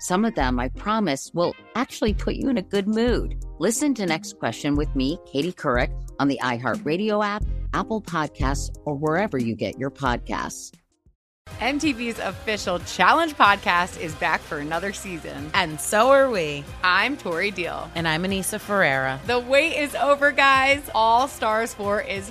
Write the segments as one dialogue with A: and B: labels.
A: Some of them, I promise, will actually put you in a good mood. Listen to Next Question with me, Katie Couric, on the iHeartRadio app, Apple Podcasts, or wherever you get your podcasts.
B: MTV's official Challenge podcast is back for another season.
C: And so are we.
B: I'm Tori Deal.
C: And I'm Anissa Ferreira.
B: The wait is over, guys. All Stars 4 is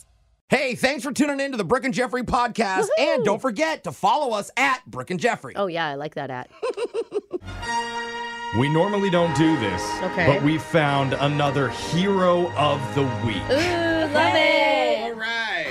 D: Hey, thanks for tuning in to the Brick and Jeffrey podcast. And don't forget to follow us at Brick and Jeffrey.
E: Oh yeah, I like that at.
F: We normally don't do this,
E: Okay.
F: but we found another hero of the week.
E: Ooh, love it.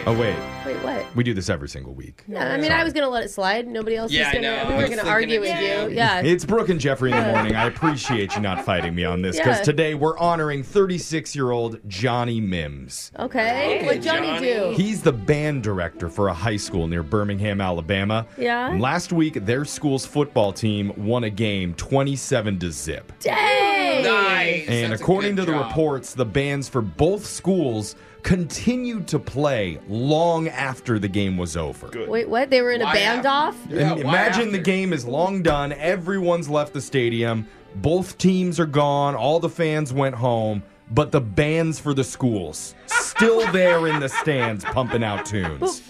F: Oh wait,
E: Wait, what?
F: we do this every single week.
E: No, I mean, I was gonna let it slide. Nobody else
G: Yeah,
E: is
G: I
E: gonna.
G: know.
E: We
G: I
E: were
G: was
E: gonna
G: thinking
E: argue
G: it
E: with
G: too.
E: you. Yeah.
F: It's Brooke and Jeffrey in the morning. I appreciate you not fighting me on this because
E: Yeah.
F: today we're honoring 36-year-old Johnny Mims.
E: okay. what Johnny, do?
F: He's the band director for a high school near Birmingham, Alabama.
E: Yeah.
F: And last week, their school's football team won a game 27 to zip.
E: Dang.
G: Nice.
F: And
G: That's a
F: according to
G: good
F: the
G: job.
F: reports, the bands for both schools continued to play long after the game was over.
E: Wait, what? They were in a
G: Why
E: band
G: after?
E: off.
G: Yeah,
F: And
G: why
F: imagine the
G: after?
F: game is long done, everyone's left the stadium, both teams are gone, all the fans went home, but the bands for the schools still there in the stands pumping out tunes.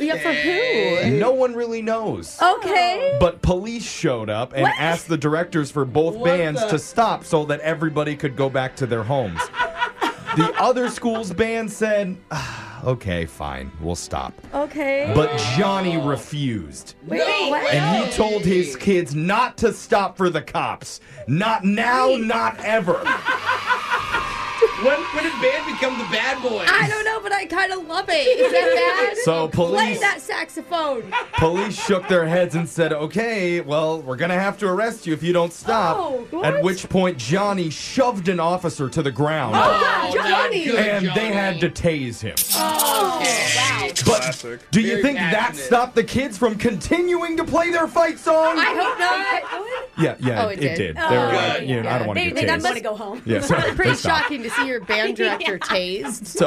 E: Yeah, for who?
F: No one really knows.
E: Okay.
F: But police showed up and asked the directors for both bands to stop so that everybody could go back to their homes. the other school's band said, "Ah, okay, fine, we'll stop.
E: Okay.
F: But Johnny refused.
E: Wait, what?
F: And he told his kids not to stop for the cops. Not now, not ever.
G: When, when did band become the bad boys?
E: I don't know, but I kind of love it. Is that bad?
F: So
E: Play
F: police
E: that saxophone.
F: police shook their heads and said, "Okay, well, we're going to have to arrest you if you don't stop."
E: Oh, what?
F: At which point Johnny shoved an officer to the ground.
G: Oh, not
E: Johnny. Oh.
G: good,
F: and
G: Johnny.
F: they had to tase him.
G: Yeah.
F: Oh, But do you
G: Very
F: think that
G: passionate.
F: stopped the kids from continuing to play their fight song?
E: I hope not.
F: yeah, yeah,
E: Oh, it did.
F: They were
E: Oh,
F: like,
G: good.
F: you know, I don't want to
E: They-
F: get
E: they- that
F: tased.
E: must go home.
F: Yeah, sorry,
E: Pretty
F: they stopped.
E: shocking to see your band director tased. Uh,
F: So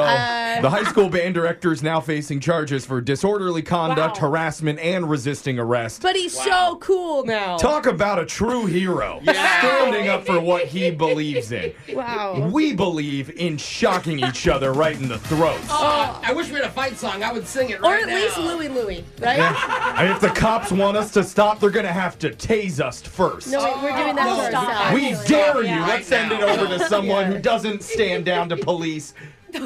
F: the high school band director is now facing charges for disorderly conduct, harassment, and resisting arrest.
E: But he's so cool now.
F: Talk about a true hero standing up for what he believes in.
G: Oh.
E: Wow.
F: We believe in shocking each other right in the throat.
G: Uh, I wish we had a fight song. I would sing it
E: Or
G: right
E: at least
G: now.
E: Louie Louie, right?
F: And if the cops want us to stop, they're gonna have to tase us first.
E: No, wait, we're doing that
G: Oh,
E: for
G: stop.
E: ourselves.
F: We dare you.
G: Yeah.
F: Let's send it over to someone who doesn't stand down to police.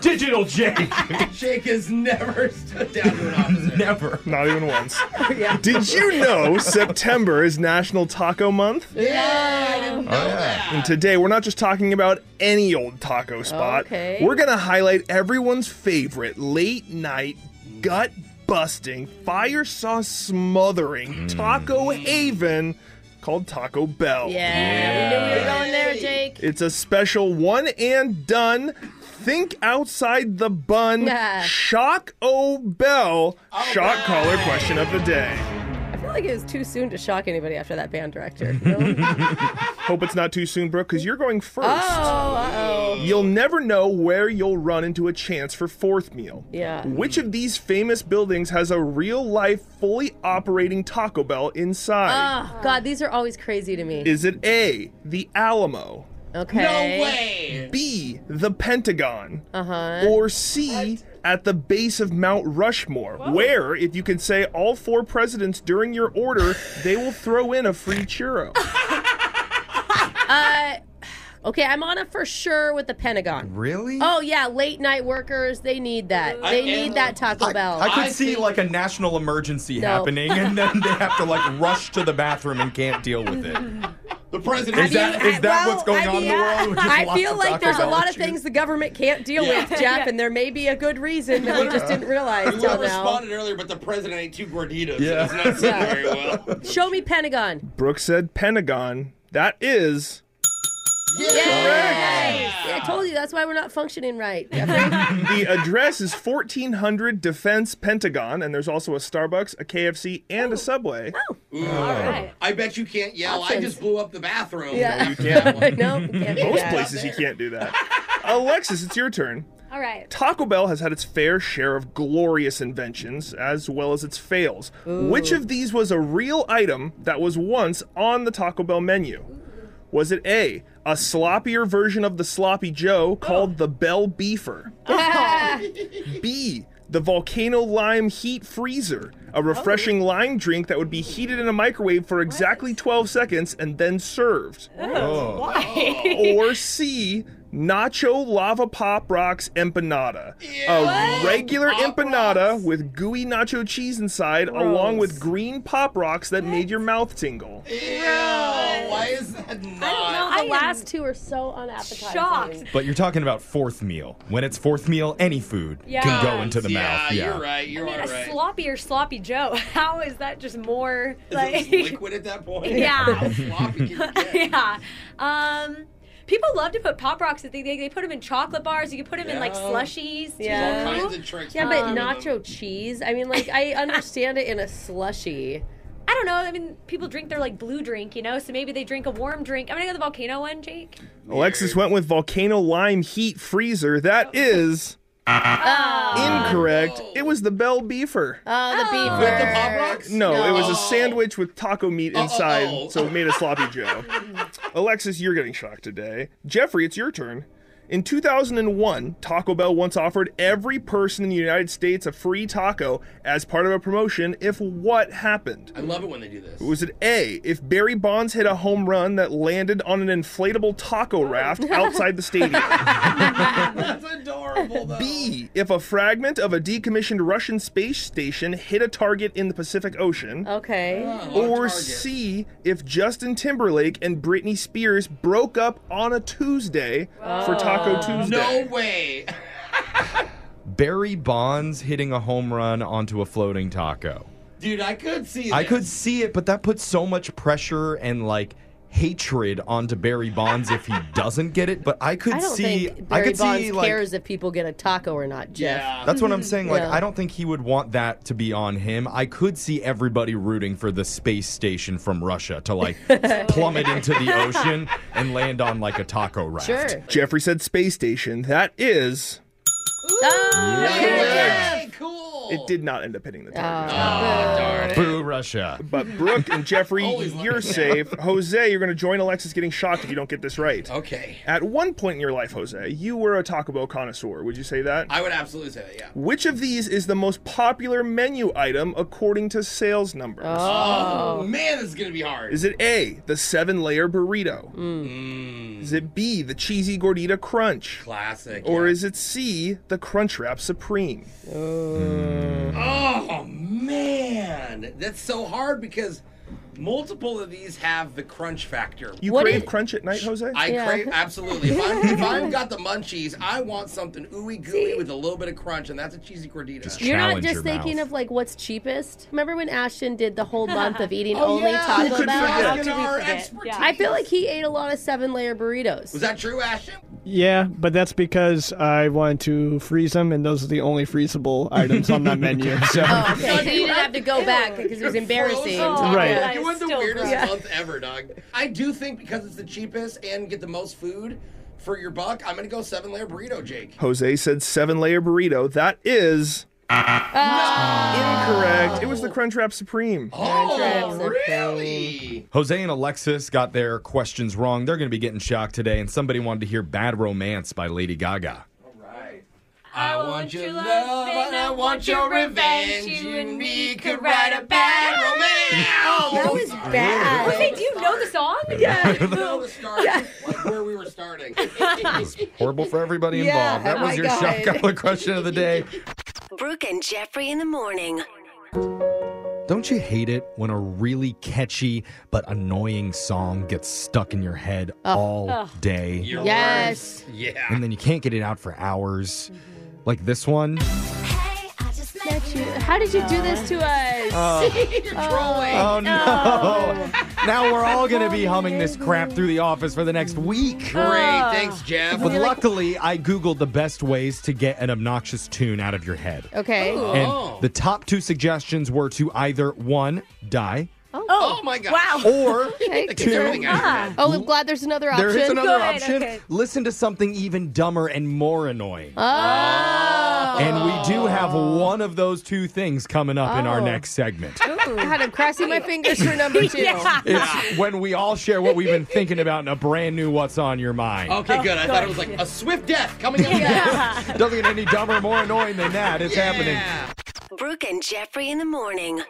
H: Digital Jake.
G: Jake has never stood down to an officer.
H: Never. Not even once.
G: Yeah.
H: Did you know September is National Taco Month?
E: Oh,
G: Yeah, I didn't know that.
H: And today we're not just talking about any old taco spot.
G: Okay.
H: We're going to highlight everyone's favorite late night gut busting, fire sauce smothering
E: Mm.
H: taco haven called Taco Bell.
E: Yeah, we knew we were going there, Jake.
H: It's a special one and done. Think outside the bun.
E: Yeah.
H: Shock O Bell. shock collar question of the day.
E: I feel like it was too soon to shock anybody after that band director.
H: Hope it's not too soon, Brooke, because you're going first.
E: Oh, uh-oh.
H: You'll never know where you'll run into a chance for fourth meal.
E: Yeah.
H: Which of these famous buildings has a real life, fully operating Taco Bell inside?
E: Oh, God, these are always crazy to me.
H: Is it A, the Alamo?
E: Okay.
H: No way. B, the Pentagon?
E: Uh huh.
H: or C, at the base of Mount Rushmore, where, if you can say all four presidents during your order, they will throw in a free churro.
E: Uh, okay, I'm on it for sure with the Pentagon.
F: Really?
E: Oh yeah, late night workers, they need that. They need that Taco Bell.
F: I could see like a national emergency
E: Oh, No.
F: happening, and then they have to like rush to the bathroom and can't deal with it.
G: The
F: president is that, is that what's going on in the world? We're just
E: I
F: lots
E: feel
F: of
E: like
F: Taco
E: there's a
F: Bell
E: lot of
F: issues.
E: things the government can't deal
G: Yeah.
E: with, Jeff, and there may be a good reason that we just didn't realize
G: You
E: till
G: were
E: now.
G: responded earlier, but the president ate two gorditas.
H: Yeah.
G: Yeah. So it's not sitting very well.
E: Show me Pentagon.
H: Brooks said Pentagon. That is.
E: Yeah, I told you that's why we're not functioning right.
H: the address is 1400 Defense Pentagon, and there's also a Starbucks, a KFC, and a Subway. Oh.
G: I bet you can't yell. I just blew up the bathroom.
H: Yeah.
G: No, you can't.
E: no, you can't
G: do
H: Most
G: that.
H: places you can't do that. Alexis, it's your turn.
I: All right.
H: Taco Bell has had its fair share of glorious inventions as well as its fails. Which of these was a real item that was once on the Taco Bell menu? Was it A, a sloppier version of the Sloppy Joe
I: Oh.
H: called the Bell Beefer? B, the Volcano Lime Heat Freezer, a refreshing lime drink that would be heated in a microwave for exactly 12 seconds and then served?
F: Oh.
I: Why?
H: or C, Nacho Lava Pop Rocks Empanada. A regular empanada with gooey nacho cheese inside, along with green pop rocks that made your mouth tingle.
G: why is that not?
E: I don't know. The last two are so unappetizing. Shocked.
F: But you're talking about fourth meal. When it's fourth meal, any food
I: Yeah.
F: can go into the
G: Yeah,
F: mouth.
G: you're
F: Yeah,
G: right. You're
I: I mean,
G: all
I: a
G: right.
I: sloppy or sloppy Joe. How is that just more
G: Is
I: like
G: it just liquid at that point?
I: Yeah.
G: Sloppy.
I: yeah. Um, people love to put pop rocks. They, they, they put them in chocolate bars. You can put them in like
E: Yeah.
I: slushies. too.
E: Yeah.
G: All kinds of tricks.
E: Yeah, but
I: Um,
E: nacho cheese. I mean, like I understand it in a slushy.
I: I don't know. I mean, people drink their like blue drink, you know. So maybe they drink a warm drink. I'm gonna go the volcano one, Jake.
H: Alexis went with Volcano Lime Heat Freezer. That is incorrect. It was the Bell Beefer.
G: Uh,
E: Oh, the beef.
H: With the
G: Pop Rocks?
H: No, it was a sandwich with taco meat inside, so it made a sloppy Joe. Alexis, you're getting shocked today. Jeffrey, it's your turn. In 2001, Taco Bell once offered every person in the United States a free taco as part of a promotion if what happened?
G: I love it when they do this.
H: Was it A, if Barry Bonds hit a home run that landed on an inflatable taco raft outside the stadium?
G: That's adorable, though.
H: B, if a fragment of a decommissioned Russian space station hit a target in the Pacific Ocean?
E: Oh. Okay.
G: Oh.
H: Or C, if Justin Timberlake and Britney Spears broke up on a Tuesday for Taco Tuesday.
G: Oh. No way.
F: Barry Bonds hitting a home run onto a floating taco.
G: Dude, I could see
F: I
G: this.
F: could see it, but that puts so much pressure and like hatred onto Barry Bonds if he doesn't get it. But I could
E: I don't
F: see,
E: think
F: I
E: Barry
F: could
E: Bonds
F: see like.
E: cares if people get a taco or not, Jeff.
F: That's what I'm saying. Like,
E: Yeah.
F: I don't think he would want that to be on him. I could see everybody rooting for the space station from Russia to like plummet into the ocean and land on like a taco raft.
E: Sure.
H: Jeffrey said space station. That is.
E: Oh,
G: Yeah.
E: yeah.
G: Hey, cool.
H: It did not end up hitting the
G: Oh,
H: target.
F: Oh, darn it. Boo Russia.
H: But Brooke and Jeffrey, you're safe. Jose, you're going to join Alexis getting shocked if you don't get this right.
G: Okay.
H: At one point in your life, Jose, you were a Taco Bell connoisseur. Would you say that?
G: I would absolutely say that, yeah.
H: Which of these is the most popular menu item according to sales numbers?
G: Oh, man, this is going to be hard.
H: Is it A, the seven layer burrito? Is it B, the cheesy gordita crunch?
G: Mm. Classic.
H: Or is it C, the crunch wrap supreme?
G: Oh, man. That's so hard because multiple of these have the crunch factor.
H: You crave crunch at night, Jose?
G: I crave absolutely. If, I'm, if I've got the munchies, I want something ooey gooey with a little bit of crunch, and that's a cheesy gordita.
E: You're not just thinking of like what's cheapest. Remember when Ashton did the whole month of eating
G: Oh,
E: only
G: yeah. Who
E: Taco
G: could forget?
E: Bell?
G: How could we Our forget? expertise. Yeah.
E: I feel like he ate a lot of seven layer burritos.
G: Was that true, Ashton?
J: Yeah, but that's because I wanted to freeze them, and those are the only freezable items on that menu. So.
E: Oh, Okay, so you didn't have to go back because it was embarrassing. Oh.
G: Frozen
J: Right.
G: taco. You went the weirdest
E: Yeah.
G: month ever, dog. I do think because it's the cheapest and get the most food for your buck, I'm gonna go seven layer burrito, Jake.
H: Jose said seven layer burrito. That is.
G: Uh,
H: Incorrect. It was the Crunchwrap Supreme.
G: Oh, really?
F: Jose and Alexis got their questions wrong. They're going to be getting shocked today, and somebody wanted to hear Bad Romance by Lady Gaga.
G: I want your Oh, love and I want your revenge. You and me could write a bad romance.
I: That was
G: bad.
I: Jose, do you know the song?
G: I didn't know the start like where we were starting.
F: Horrible for everybody
G: Yeah,
F: involved. That
G: oh
F: was
G: my
F: your
G: God.
F: shock collar question of the day.
K: Brooke and Jeffrey in the morning.
F: Don't you hate it when a really catchy but annoying song gets stuck in your head
K: Ugh.
F: all
K: Ugh.
F: day?
K: Yes.
G: Yeah.
F: And then you can't get it out for hours. Like this one.
E: That you- How did you do this to us?
F: Oh.
E: You're trolling.
F: Oh
K: Oh.
F: no. now we're all going to be humming this crap through the office for the next week.
G: Great, thanks, Jeff.
F: But luckily, I Googled the best ways to get an obnoxious tune out of your head.
E: Okay.
F: And the top two suggestions were to either one, die.
E: Oh,
G: my god.
E: Wow.
F: Or
E: okay.
F: Like, two- everything I had.
E: Oh, I'm glad there's another option.
F: There is another option. Listen to something even dumber and more annoying.
E: Oh.
F: And we do have one of those two things coming up in our
E: Oh.
F: next segment.
E: I had him crossing my fingers for number two.
F: It's when we all share what we've been thinking about in a brand new What's on Your Mind.
G: Okay, good. I thought it was like a swift death coming up.
F: Doesn't get any dumber, more annoying than that. It's happening.
K: Brooke and Jeffrey in the morning.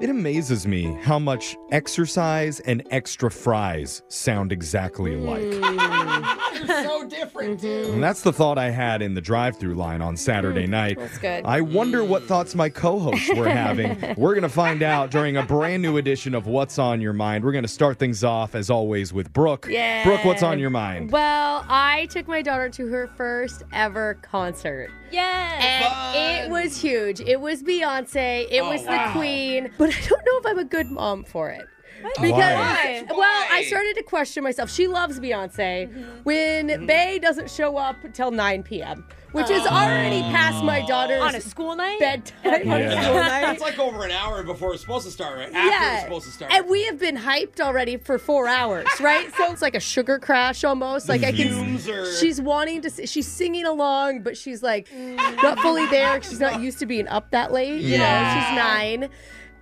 F: It amazes me how much exercise and extra fries sound exactly alike.
E: Mm.
G: They're so different,
E: Mm-hmm.
G: dude.
F: And that's the thought I had in the drive through line on Saturday night.
G: that's good.
F: I wonder what thoughts my co hosts were having. we're going to find out during a brand new edition of What's on Your Mind. We're going to start things off, as always, with Brooke.
E: Yeah.
F: Brooke, what's on your mind?
E: Well, I took my daughter to her first ever concert.
I: Yes.
E: And it was huge. It was Beyonce. It
I: Oh,
E: was the
I: wow.
E: Queen. But I don't know if I'm a good mom for it.
I: Why?
E: Because
I: Why? Mm-hmm.
E: well, I started to question myself. She loves Beyonce. When Bay doesn't show up till 9 p.m., which is already past my daughter's
I: Oh. On a school night?
E: bedtime. on a school night.
G: It's like over an hour before it's supposed to start, right? After it's supposed to start.
E: And we have been hyped already for four hours, right? so it's like a sugar crash almost. Like I can.
G: Fumes are-
E: She's wanting to. s- She's singing along, but she's like not fully there. 'cause She's not used to being up that late. You know,
I: Yeah.
E: she's nine.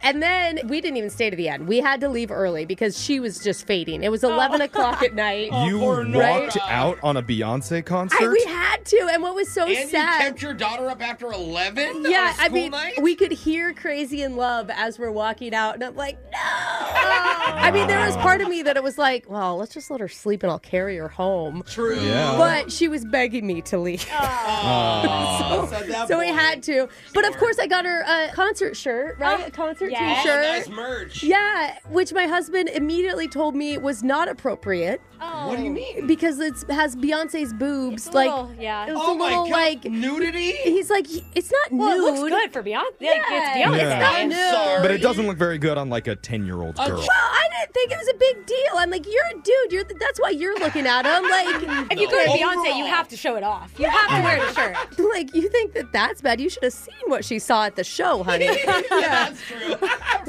E: And then we didn't even stay to the end. We had to leave early because she was just fading. It was 11
G: Oh.
E: o'clock at night.
F: you walked out on a Beyonce concert?
E: I, we had to. And what was so
G: and
E: sad.
G: you kept your daughter up after 11?
E: Yeah, I
G: school
E: mean,
G: night?
E: we could hear "Crazy in Love" as we're walking out, and I'm like, no. I mean, there was part of me that it was like, well, let's just let her sleep, and I'll carry her home.
G: True.
F: Yeah.
E: But she was begging me to leave,
F: Aw.
E: so, so we had to. But of course, I got her a concert shirt, right? a concert
G: yeah.
E: T-shirt.
G: Oh, nice merch.
E: Yeah, which my husband immediately told me was not appropriate.
I: Oh.
G: What do you mean?
E: Because it has Beyonce's boobs, like
I: little- yeah.
E: it was
I: Oh
E: a
I: my
E: little
I: God,
E: like
G: nudity.
E: He's like, he- it's not
I: Well, it
E: nude.
I: looks good for Beyonce. Like, it's
E: Yeah.
I: Beyonce.
F: Yeah.
E: It's not nude.
F: But it doesn't look very good on like a 10 year old girl.
E: Well, I didn't think it was a big deal. I'm like, you're a dude. You're th- that's why you're looking at him. Like,
I: If you go to Beyonce, you have to show it off. You have to wear the shirt.
E: Like, you think that that's bad? You should have seen what she saw at the show, honey.
G: That's true.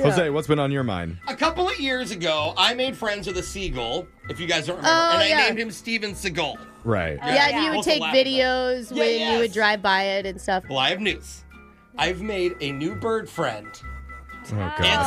F: Jose, what's been on your mind?
G: A couple of years ago, I made friends with a seagull, if you guys don't remember,
E: Oh,
G: and I
E: yeah.
G: named him Steven Seagull.
F: Right.
E: yeah, and you would
G: Also
E: take
G: laugh.
E: videos
G: Yeah,
E: when you
G: yes.
E: would drive by it and stuff.
G: Well, I have news. I've made a new bird friend.
F: Oh,
G: It's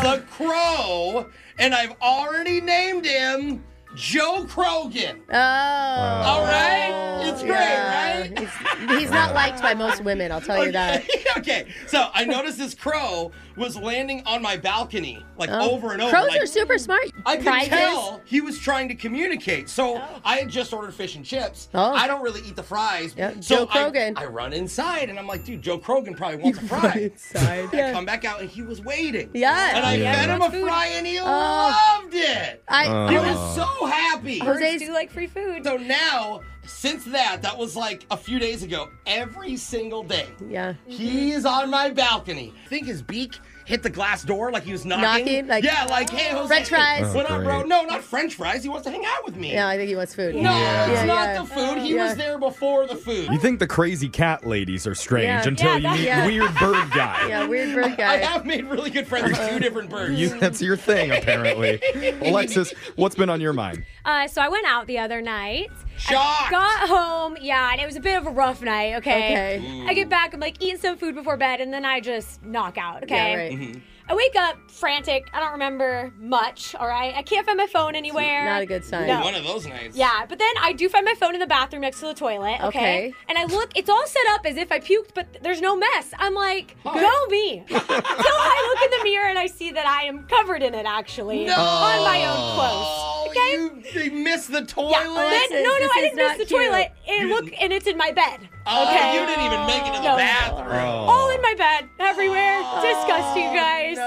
G: a crow, and I've already named him Joe Krogan.
E: Oh. All
G: right.
E: Oh.
G: It's great, right?
E: He's, he's not liked by most women, I'll tell you that.
G: okay, so I noticed this crow was landing on my balcony, like
E: Oh.
G: over and over.
E: Crows
G: like-
E: are super smart.
G: I could
E: prizes.
G: tell he was trying to communicate. So
E: Oh.
G: I had just ordered fish and chips. I don't really eat the fries. so
E: Joe
G: I-
E: Krogan.
G: I, run inside and I'm like, dude, Joe Krogan probably wants a fry. Inside. I come back out and he was waiting.
E: Yes.
G: And I
E: Yeah.
G: fed him a
E: Food.
G: fry and he
E: Oh.
G: loved it.
E: I-
G: I
E: Oh.
G: was so happy.
E: Jose's-
G: do like free food. So now, since that, that was like a few days ago, every single day.
E: Yeah.
G: He's on my balcony. I think his beak hit the glass door like he was knocking.
E: Knocking, like-
G: yeah, like hey, Jose,
E: French fries. Oh,
G: What up, bro?
E: great.
G: No, not French fries. He wants to hang out with me.
E: Yeah, I think he wants food.
G: No, it's
E: Yeah,
G: not
E: yeah.
G: the food. He
E: Yeah.
G: was there before the food.
F: You think the crazy cat ladies are strange
G: Yeah.
F: until
G: Yeah,
F: you
G: that-
F: meet
G: yeah.
F: weird bird guy.
E: Yeah, weird bird guy.
G: I
E: Uh-huh.
G: have made really good friends with two different birds.
F: You, that's your thing, apparently. Alexis, what's been on your mind?
I: Uh, so I went out the other night.
G: Shocked.
I: I got home, yeah, and it was a bit of a rough night. Okay.
G: Okay. Mm.
I: I get back, I'm like eating some food before bed, and then I just knock out. Okay.
G: Mhm.
I: I wake up frantic. I don't remember much. All right. I can't find my phone anywhere.
E: Not a good sign.
I: No.
G: One of those nights.
I: Yeah, but then I do find my phone in the bathroom next to the toilet. Okay.
E: Okay.
I: And I look, it's all set up as if I puked, but there's no mess. I'm like, go me. so I look in the mirror and I see that I am covered in it actually
G: No. Oh,
I: on my own clothes. Okay.
G: They missed the toilet.
I: Yeah, then- no, no, I didn't miss the toilet. It
G: You
I: look, and it's in my bed.
G: Oh,
I: okay,
G: you didn't even make it to the
I: No.
G: bathroom. Oh,
I: all in my bed, everywhere. Disgusting, guys.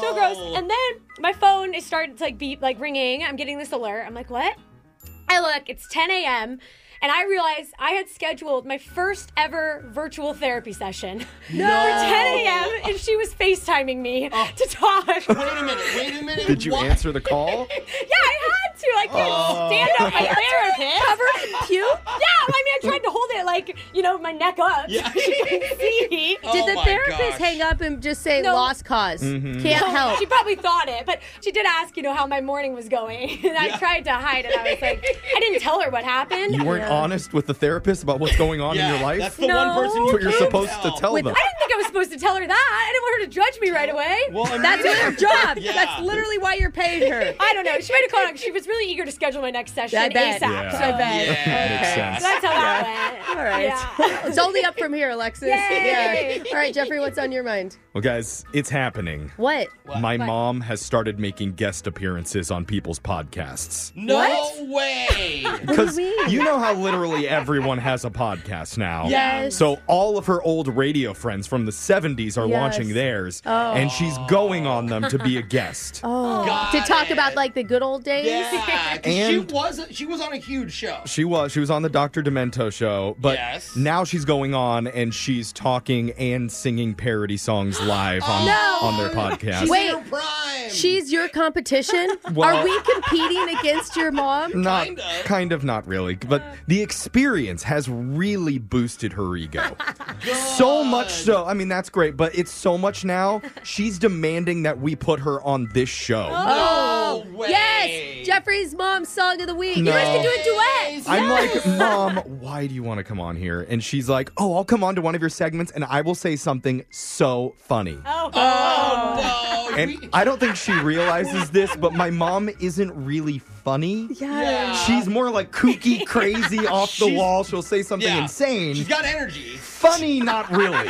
I: So gross. And then my phone is starting to like beep, like ringing. I'm getting this alert. I'm like, what? I look. It's 10 a.m. And I realize I had scheduled my first ever virtual therapy session
G: No.
I: for 10 a.m. and she was FaceTiming me to talk. Wait
G: a minute. Wait a minute.
F: Did you answer the call?
I: yeah, I had to. I couldn't
F: Oh.
I: stand up my
F: That's
I: therapist. Covered in puke? Yeah, I mean, I tried to hold it like, you know, my neck up.
E: Yeah.
I: She couldn't see.
G: Oh
E: Did the therapist hang up and just say lost cause?
F: Mm-hmm.
I: Mhm.
E: Can't
I: No,
E: help.
I: She probably thought it, but she did ask, you know, how my morning was going. And I
F: Yeah.
I: tried to hide it. I was like, I didn't tell her what happened.
F: You weren't honest with the therapist about what's going on in your life?
G: uh, that's the one person
F: That's
G: you
F: what you're
G: can
F: supposed
G: tell.
F: to tell
I: With-
F: them.
I: I didn't think I was supposed to tell her that. I didn't want her to judge me right away.
F: Well, I mean-
E: That's her job.
F: Yeah.
E: That's literally why you're paying her.
I: I don't know. She might have called. She was really eager to schedule my next session
E: I bet.
I: ASAP.
E: Yeah.
I: So
E: I bet.
F: Yeah, makes sense.
I: So that's how that went.
E: All right. it's only up from here, Alexis.
I: Yay.
E: Yeah. All right, Jeffrey, what's on your mind?
F: Well, guys, it's happening.
E: What?
F: My mom has started making guest appearances on people's podcasts.
G: No way.
F: Because you know how literally everyone has a podcast now.
G: Yes.
F: So all of her old radio friends from the 70s are
E: Yes.
F: launching theirs,
E: Oh.
F: and she's going on them to be a guest.
E: Oh,
G: Got
E: to talk about like the good old days.
G: Yeah, 'cause she
F: And-
G: was she was on a huge show.
F: She was. She was on the Dr. Demento show, but
G: Yes.
F: now she's going on and she's talking and singing parody songs live on,
E: No.
F: on their podcast.
E: Wait, she's your competition.
F: Well-
E: Are we competing against your mom?
F: Not kind of. not really, but the experience has really boosted her ego. so much so. I mean, that's great, but it's so much now. She's demanding that we put her on this show.
E: Oh, yes, Jeffrey's mom's song of the week.
F: You guys No. can do a
E: duet.
F: I'm like, Mom, why do you want to come on here? And she's like, Oh, I'll come on to one of your segments and I will say something so funny.
I: Oh,
G: no.
F: And I don't think she realizes this, but my mom isn't really funny.
G: Yeah.
F: She's more like kooky, crazy, off the
G: She's-
F: wall. She'll say something
G: Yeah.
F: insane.
G: She's got energy.
F: Funny, not really.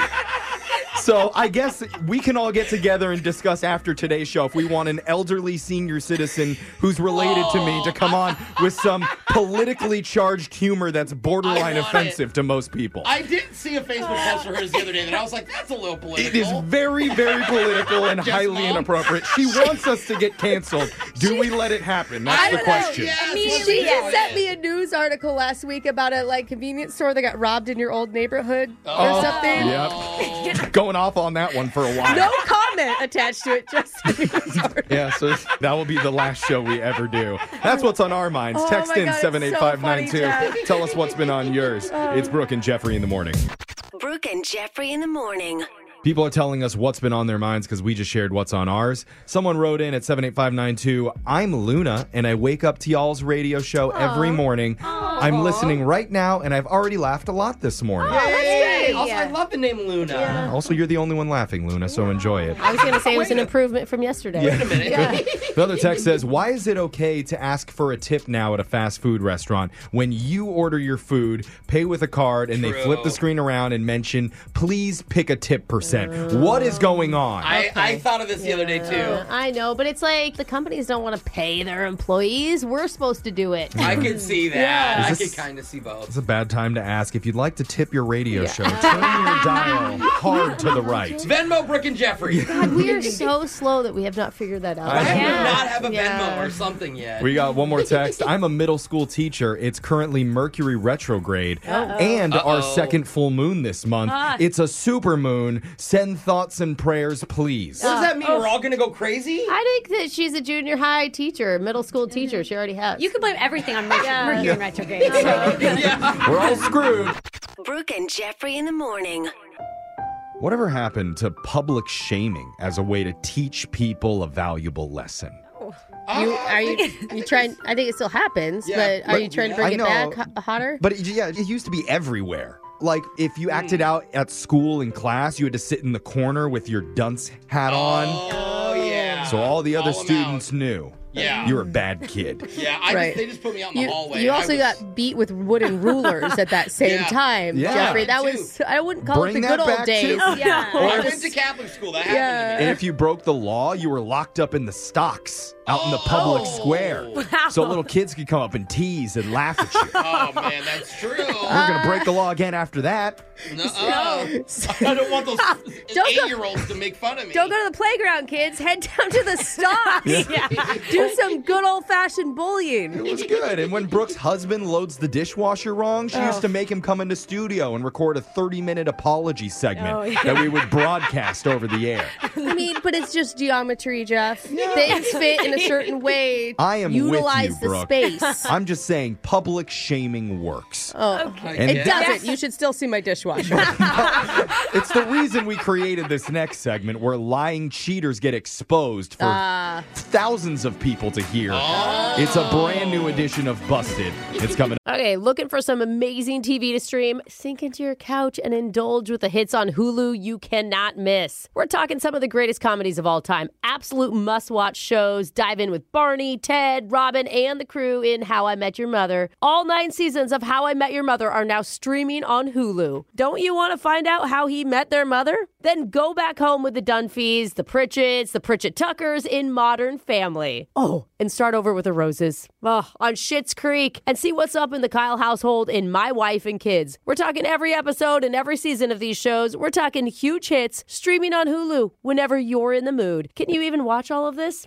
F: So I guess we can all get together and discuss after today's show if we want an elderly senior citizen who's related to me to come on with some politically charged humor that's borderline
G: I want
F: offensive to most people.
G: I did see a Facebook post for hers the other day that I was like, that's a little political.
F: it is very, very political and
G: Just
F: highly
G: mom.
F: inappropriate. She wants us to get canceled. Do we let it happen? That's
E: I
F: the
E: don't
F: question.
E: know. She just sent me a news article last week about a like convenience store that got robbed in your old neighborhood
G: Oh.
E: or something.
F: Yep. Oh, Going off on that one for a while.
E: No comment attached to it. Just
F: Yeah, so that will be the last show we ever do. That's what's on our minds.
E: Oh
F: Text
E: my
F: in
E: God, it's so funny,
F: 78592.
K: Jack.
F: Tell us what's been on yours. It's Brooke and Jeffrey in the morning.
K: Brooke and Jeffrey in the morning.
F: People are telling us what's been on their minds because we just shared what's on ours. Someone wrote in at 78592 I'm Luna, and I wake up to y'all's radio show every morning. I'm listening right now, and I've already laughed a lot this morning.
G: Yay. great. Also, I love the name Luna.
F: Also, you're the only one laughing, Luna, so enjoy it.
E: I was going to say it was an improvement from yesterday.
F: Yeah. Wait a minute. Another text says, Why is it okay to ask for a tip now at a fast food restaurant when you order your food, pay with a card, and they
G: True.
F: flip the screen around and mention, Please pick a tip percent? What is going on?
G: I, I thought of this the other day too.
E: Uh, I know, but it's like the companies don't want to pay their employees. We're supposed to do it.
G: I can see that.
F: Yeah.
G: I
F: Is this-
G: can kind of see both.
F: it's a bad time to ask. If you'd like to tip your radio show, turn your dial hard to the right.
G: Venmo, Brick and Jeffrey.
E: God, we are so slow that we have not figured that out.
F: I
G: I
E: Yeah.
G: do not have a Venmo
E: Yeah.
G: or something yet.
F: We got one more text. I'm a middle school teacher. It's currently Mercury retrograde
G: Uh-oh.
F: and our
G: Uh-oh.
F: second full moon this month.
G: Ah.
F: It's a super moon. Send thoughts and prayers, please.
G: What does that mean? We're all gonna go crazy?
E: I think that she's a junior high teacher, middle school teacher. She already has. You
I: Mm-hmm. can blame everything on Mercury, Mercury in retrograde.
F: We're all screwed.
K: Brooke and Jeffrey in the morning.
F: Whatever happened to public shaming as a way to teach people a valuable lesson?
E: You are you you trying? I think it still happens, but are
F: But-
E: you trying to
F: I
E: bring it
F: know.
E: back ho- hotter?
F: But it, yeah, it used to be everywhere. Like if you acted
G: Hmm.
F: out at school in class, you had to sit in the corner with your dunce hat on.
G: Oh yeah.
F: So all the other students knew.
G: Yeah.
F: You're a bad kid.
G: Yeah, I
E: Right.
G: just, they just put me out in
E: You,
G: the hallway.
E: you
G: I
E: also
G: was-
E: got beat with wooden rulers at that same
G: Yeah.
E: time,
F: Yeah.
E: Jeffrey. That was I wouldn't call
F: Bring
E: it the
F: that
E: good old
F: back,
E: days.
F: too. Oh,
E: yeah,
F: no.
G: I
E: It
G: went
E: was-
G: to Catholic school. That
E: yeah.
F: And if you broke the law, you were locked up in the stocks out in the public
G: Oh.
F: square.
G: Wow.
F: So little kids could come up and tease and laugh at you.
G: happened. Oh man, that's true.
F: We're
E: Uh,
F: going to break the law again after that.
G: No. Oh. I don't want those
E: Don't go-
G: eight-year-olds to make fun of me.
E: Don't go to the playground, kids. Head down to the stocks.
F: Yeah.
E: Do some good old fashioned bullying.
F: It was good. And when Brooke's husband loads the dishwasher wrong, she used
E: Oh.
F: to make him come into studio and record a 30 minute apology segment
E: Oh, yeah.
F: that we would broadcast over the air.
E: I mean, but it's just geometry, Jeff. Things fit in a certain way.
F: I am
E: utilize
F: with you, Brooke.
E: the space.
F: I'm just saying public shaming works.
E: Oh,
F: Okay.
E: it doesn't. You should still see my dishwasher.
F: It's the reason we created this next segment where lying cheaters get exposed for
E: Ah.
F: thousands of people to hear. It's a brand new edition of Busted. It's coming up.
E: Okay, looking for some amazing TV to stream? Sink into your couch and indulge with the hits on Hulu you cannot miss. We're talking some of the greatest comedies of all time, absolute must watch shows. Dive in with Barney, Ted, Robin, and the crew in How I Met Your Mother. All nine seasons of How I Met Your Mother are now streaming on Hulu. Don't you want to find out how he met their mother? Then go back home with the Dunphys, the Pritchett's, the Pritchett Tuckers in Modern Family. Oh, and start over with the Roses. Ugh, on Schitt's Creek and see what's up in the Kyle household in My Wife and Kids. We're talking every episode and every season of these shows. We're talking huge hits streaming on Hulu whenever you're in the mood. Can you even watch all of this?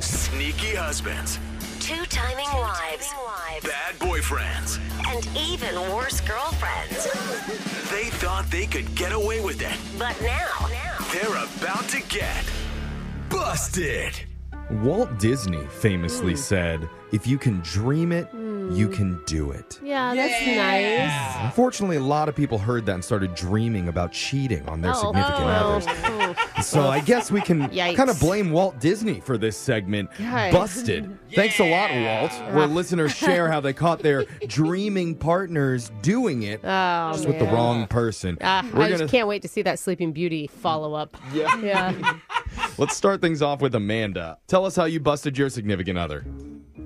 L: Sneaky husbands,
K: Two timing wives,
L: bad boyfriends.
K: and even worse girlfriends.
L: They thought they could get away with it.
K: But now,
L: They're about to get busted.
F: Walt Disney famously said, if you can dream it, you can do it.
E: Yeah, that's nice.
F: Unfortunately, a lot of people heard that and started dreaming about cheating on their significant others. So I guess we can
E: Yikes.
F: kind of blame Walt Disney for this segment.
E: Yikes.
F: Busted. Thanks a lot, Walt. Where listeners share how they caught their dreaming partners doing it
E: Oh,
F: just with the
E: man.
F: wrong person.
E: Ah,
F: We're
E: I just
F: gonna-
E: can't wait to see that Sleeping Beauty follow up.
F: Yeah.
E: yeah.
F: Let's start things off with Amanda. Tell us how you busted your significant other.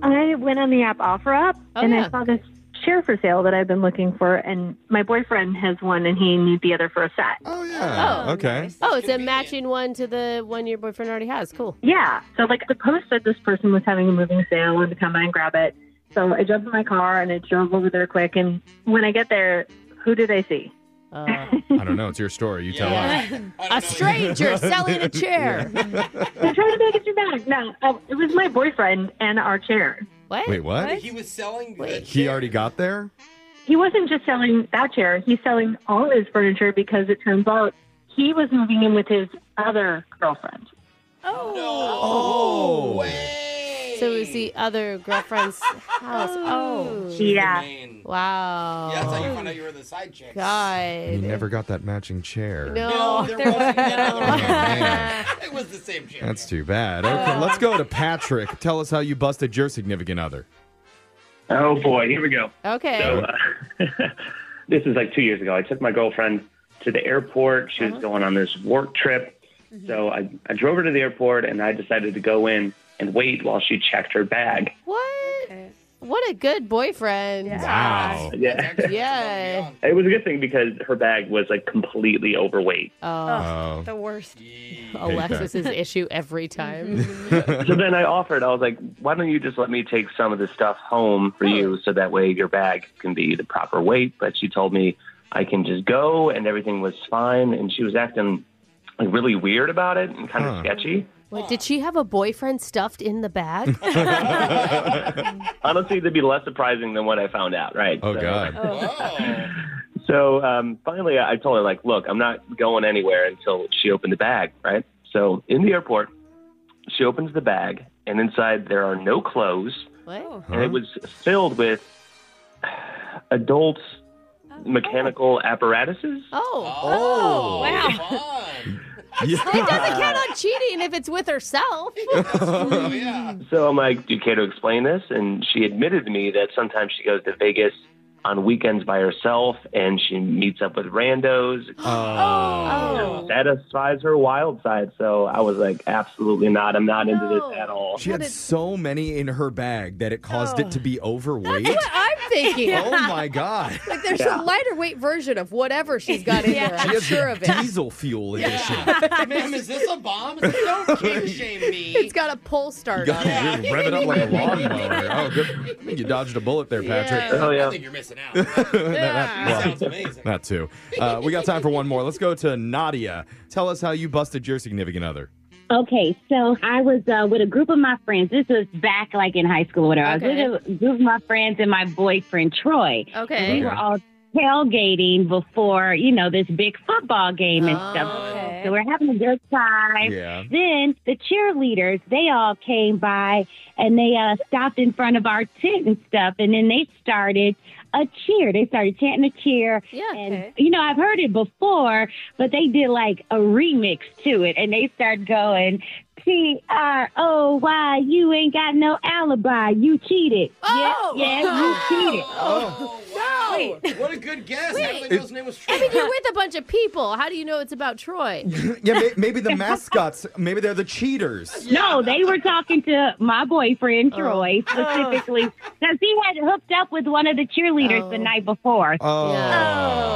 M: I went on the app OfferUp
E: Oh,
M: and
E: yeah.
M: I saw this chair for sale that I've been looking for, and my boyfriend has one, and he needed the other for a set.
F: Oh
M: yeah,
E: Oh,
M: okay.
E: Oh, it's a matching one to the one your boyfriend already has. Cool.
M: Yeah. So like the post said this person was having a moving sale and to come by and grab it. So I jumped in my car and I drove over there quick. And when I get there, who did I see?
F: I don't know. It's your story. You tell us.
E: Uh. a stranger selling a chair.
M: I'm trying to make it too back. No, oh, it was my boyfriend and our chair.
E: What?
F: Wait, what? What?
M: He was selling.
F: He already got there?
M: He wasn't just selling that chair. He's selling all his furniture because it turns out he was moving in with his other girlfriend.
F: Oh.
E: So it was the other girlfriend's house. Oh.
M: Yeah.
E: Wow.
G: Yeah, that's how you found out you were the side chick.
F: You
E: God.
F: never got that matching chair. Oh,
E: No,
G: there
E: there
G: wasn't
E: was-
G: another
E: no.
G: one. it was the same chick.
F: That's too bad. Okay, let's go to Patrick. Tell us how you busted your significant other.
N: Oh boy, here we go.
E: Okay.
N: So uh, this is like two years ago. I took my girlfriend to the airport. She
E: Uh-huh.
N: was going on this work trip,
E: Mm-hmm.
N: so I, I drove her to the airport, and I decided to go in and wait while she checked her bag.
E: What? What a good boyfriend.
N: Wow. Yeah.
E: Yeah.
N: It was a good thing because her bag was like completely overweight.
E: Oh, the worst. Mm-hmm. Alexis's issue every time.
N: so then I offered, I was like, why don't you just let me take some of the stuff home for you so that way your bag can be the proper weight? But she told me I can just go and everything was fine. And she was acting like really weird about it and kind of sketchy.
E: Wait, did she have a boyfriend stuffed in the bag?
N: Honestly, that'd be less surprising than what I found out, right? Oh, God. So um, finally, I I told her, like, look, I'm not going anywhere until she opened the bag, right? So in the airport, she opens the bag, and inside there are no clothes.
E: What?
N: and it was filled with adult mechanical apparatuses.
E: Oh.
N: Oh.
E: wow. It doesn't count on cheating if it's with herself.
N: So I'm like, do you care to explain this? And she admitted to me that sometimes she goes to Vegas on weekends by herself and she meets up with randos.
E: Oh.
N: Satisfies her wild side. So I was like, absolutely not. I'm not into this at all.
F: She had so many in her bag that it caused it to be overweight.
E: Oh. I'm thinking.
F: Oh my god.
E: Like there's
F: Yeah.
E: a lighter weight version of whatever she's got in there.
F: She
E: I'm
F: has
E: sure
F: the
E: of it.
F: Diesel fuel edition.
G: Ma'am, is this a bomb? Don't king shame me.
E: It's got a pole
F: You
E: start
F: got
E: on it.
F: to rev it up like a lawnmower. Oh, good. I think you dodged a bullet there, Patrick.
N: Yeah. Oh, yeah. I
G: think you're missing out.
F: That sounds amazing. That too. Uh, we got time for one more. Let's go to Nadia. Tell us how you busted your significant other.
O: Okay, so I was uh, with a group of my friends. This was back like in high school, or whatever. I
N: Okay.
O: was with a group of my friends and my boyfriend Troy.
N: Okay.
O: And
N: Okay. Oh,
O: we were all tailgating before you know this big football game and stuff. So we're having a good time.
G: Yeah.
O: Then the cheerleaders, they all came by and they uh, stopped in front of our tent and stuff. And then they started a cheer. They started chanting a cheer.
G: Yeah,
O: And,
G: okay.
O: you know, I've heard it before, but they did like a remix to it. And they started going, T R O Y, you ain't got no alibi. You cheated.
G: Oh!
O: Yeah, yes, you cheated.
G: Oh,
E: wow.
G: What a good guess. I
E: Wait.
G: didn't know his name was Troy.
E: I mean, you're with a bunch of people. How do you know it's about Troy?
F: yeah, may- maybe the mascots. Maybe they're the cheaters.
O: No, they were talking to my boyfriend Troy
F: Oh.
O: specifically because he had hooked up with one of the cheerleaders the night before.
F: Oh.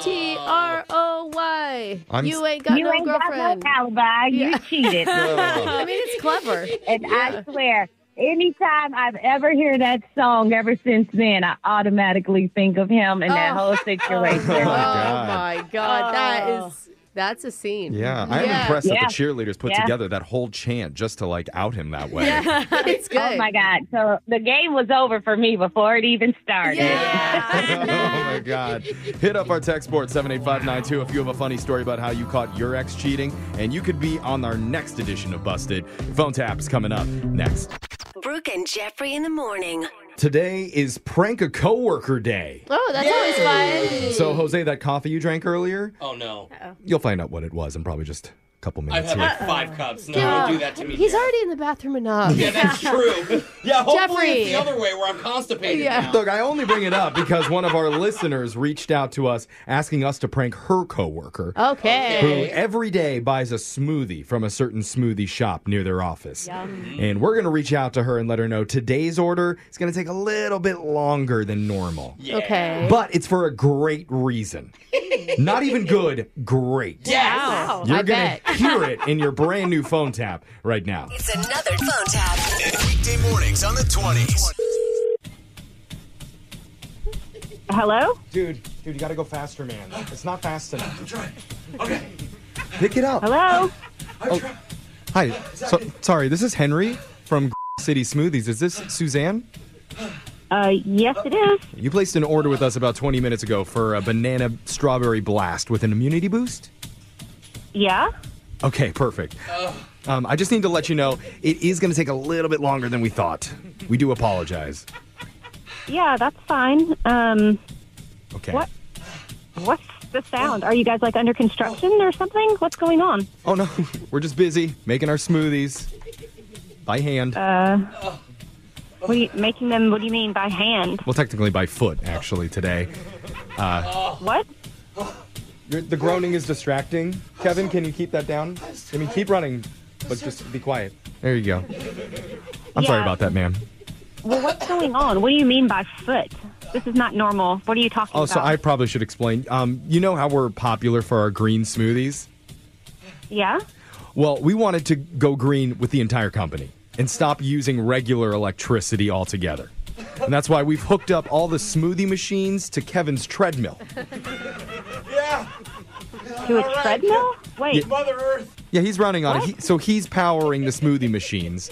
E: T R O Y.
O: I'm-
E: You ain't got
O: You
E: no
O: ain't got no
E: girlfriend.
O: alibi. You cheated.
E: I mean, it's clever.
O: And I swear, anytime I've ever heard that song, ever since then, I automatically think of him and that
E: Oh.
O: whole situation.
E: Oh,
F: God.
E: my God. That is, that's a scene.
F: Yeah, I'm impressed that the cheerleaders put
O: Yeah.
F: together that whole chant just to like out him that way.
O: it's good. Oh my God! So the game was over for me before it even started.
F: oh my God. Hit up our text board 78592 if you have a funny story about how you caught your ex cheating, and you could be on our next edition of Busted. Phone taps coming up next.
K: Brooke and Jeffrey in the morning.
F: Today is Prank a Coworker Day.
E: Oh, that's always fun.
F: So, Jose, that coffee you drank earlier,
G: Oh, no.
F: you'll find out what it was in probably just a couple
G: I've
F: minutes
G: had
F: here.
G: like five cups. No,
E: Yeah.
G: don't do that to me.
E: He's already in the bathroom enough.
G: Yeah, that's true. Yeah, hopefully it's
E: Jeffrey.
G: the other way where I'm constipated
E: Yeah.
G: now.
F: Look, I only bring it up because one of our listeners reached out to us asking us to prank her coworker.
E: Okay.
F: Who every day buys a smoothie from a certain smoothie shop near their office. And we're going to reach out to her and let her know today's order is going to take a little bit longer than normal.
E: Okay.
F: But it's for a great reason. Not even good, great.
G: Yes.
E: Wow.
F: You're
E: I
F: gonna
E: bet.
F: hear it in your brand new phone tap right now.
K: It's another phone tap.
L: Weekday mornings on the 20s.
O: Hello?
F: Dude, dude, you gotta go faster, man. It's not fast enough. I'm trying. Okay. Pick it up. Oh.
O: Hello?
F: Hi. So, sorry, this is Henry from City Smoothies. Is this Suzanne?
O: Uh, yes, it is.
F: You placed an order with us about 20 minutes ago for a banana strawberry blast with an immunity boost?
O: Yeah.
F: Okay, perfect. Um, I just need to let you know it is going to take a little bit longer than we thought. We do apologize.
O: Yeah, that's fine. Um,
F: Okay.
O: What? What's the sound? Are you guys like under construction or something? What's going on?
F: Oh no, we're just busy making our smoothies by hand.
O: Uh, what are you, making them? What do you mean by hand?
F: well, technically by foot, actually, today. Uh,
O: What?
F: Your- The groaning is distracting. Kevin, can you keep that down? I mean, keep running, but just be quiet. There you go. I'm sorry
O: Yeah.
F: about that, ma'am.
O: Well, what's going on? What do you mean by foot? This is not normal. What are you talking
F: Also,
O: about?
F: Oh, I probably should explain. Um, you know how we're popular for our green smoothies?
O: yeah.
F: Well, we wanted to go green with the entire company and stop using regular electricity altogether. And that's why we've hooked up all the smoothie machines to Kevin's treadmill.
G: yeah.
O: To a
G: All right.
O: treadmill? Wait.
F: Yeah.
G: Mother Earth.
F: Yeah, he's running on it. He, so he's powering the smoothie machines.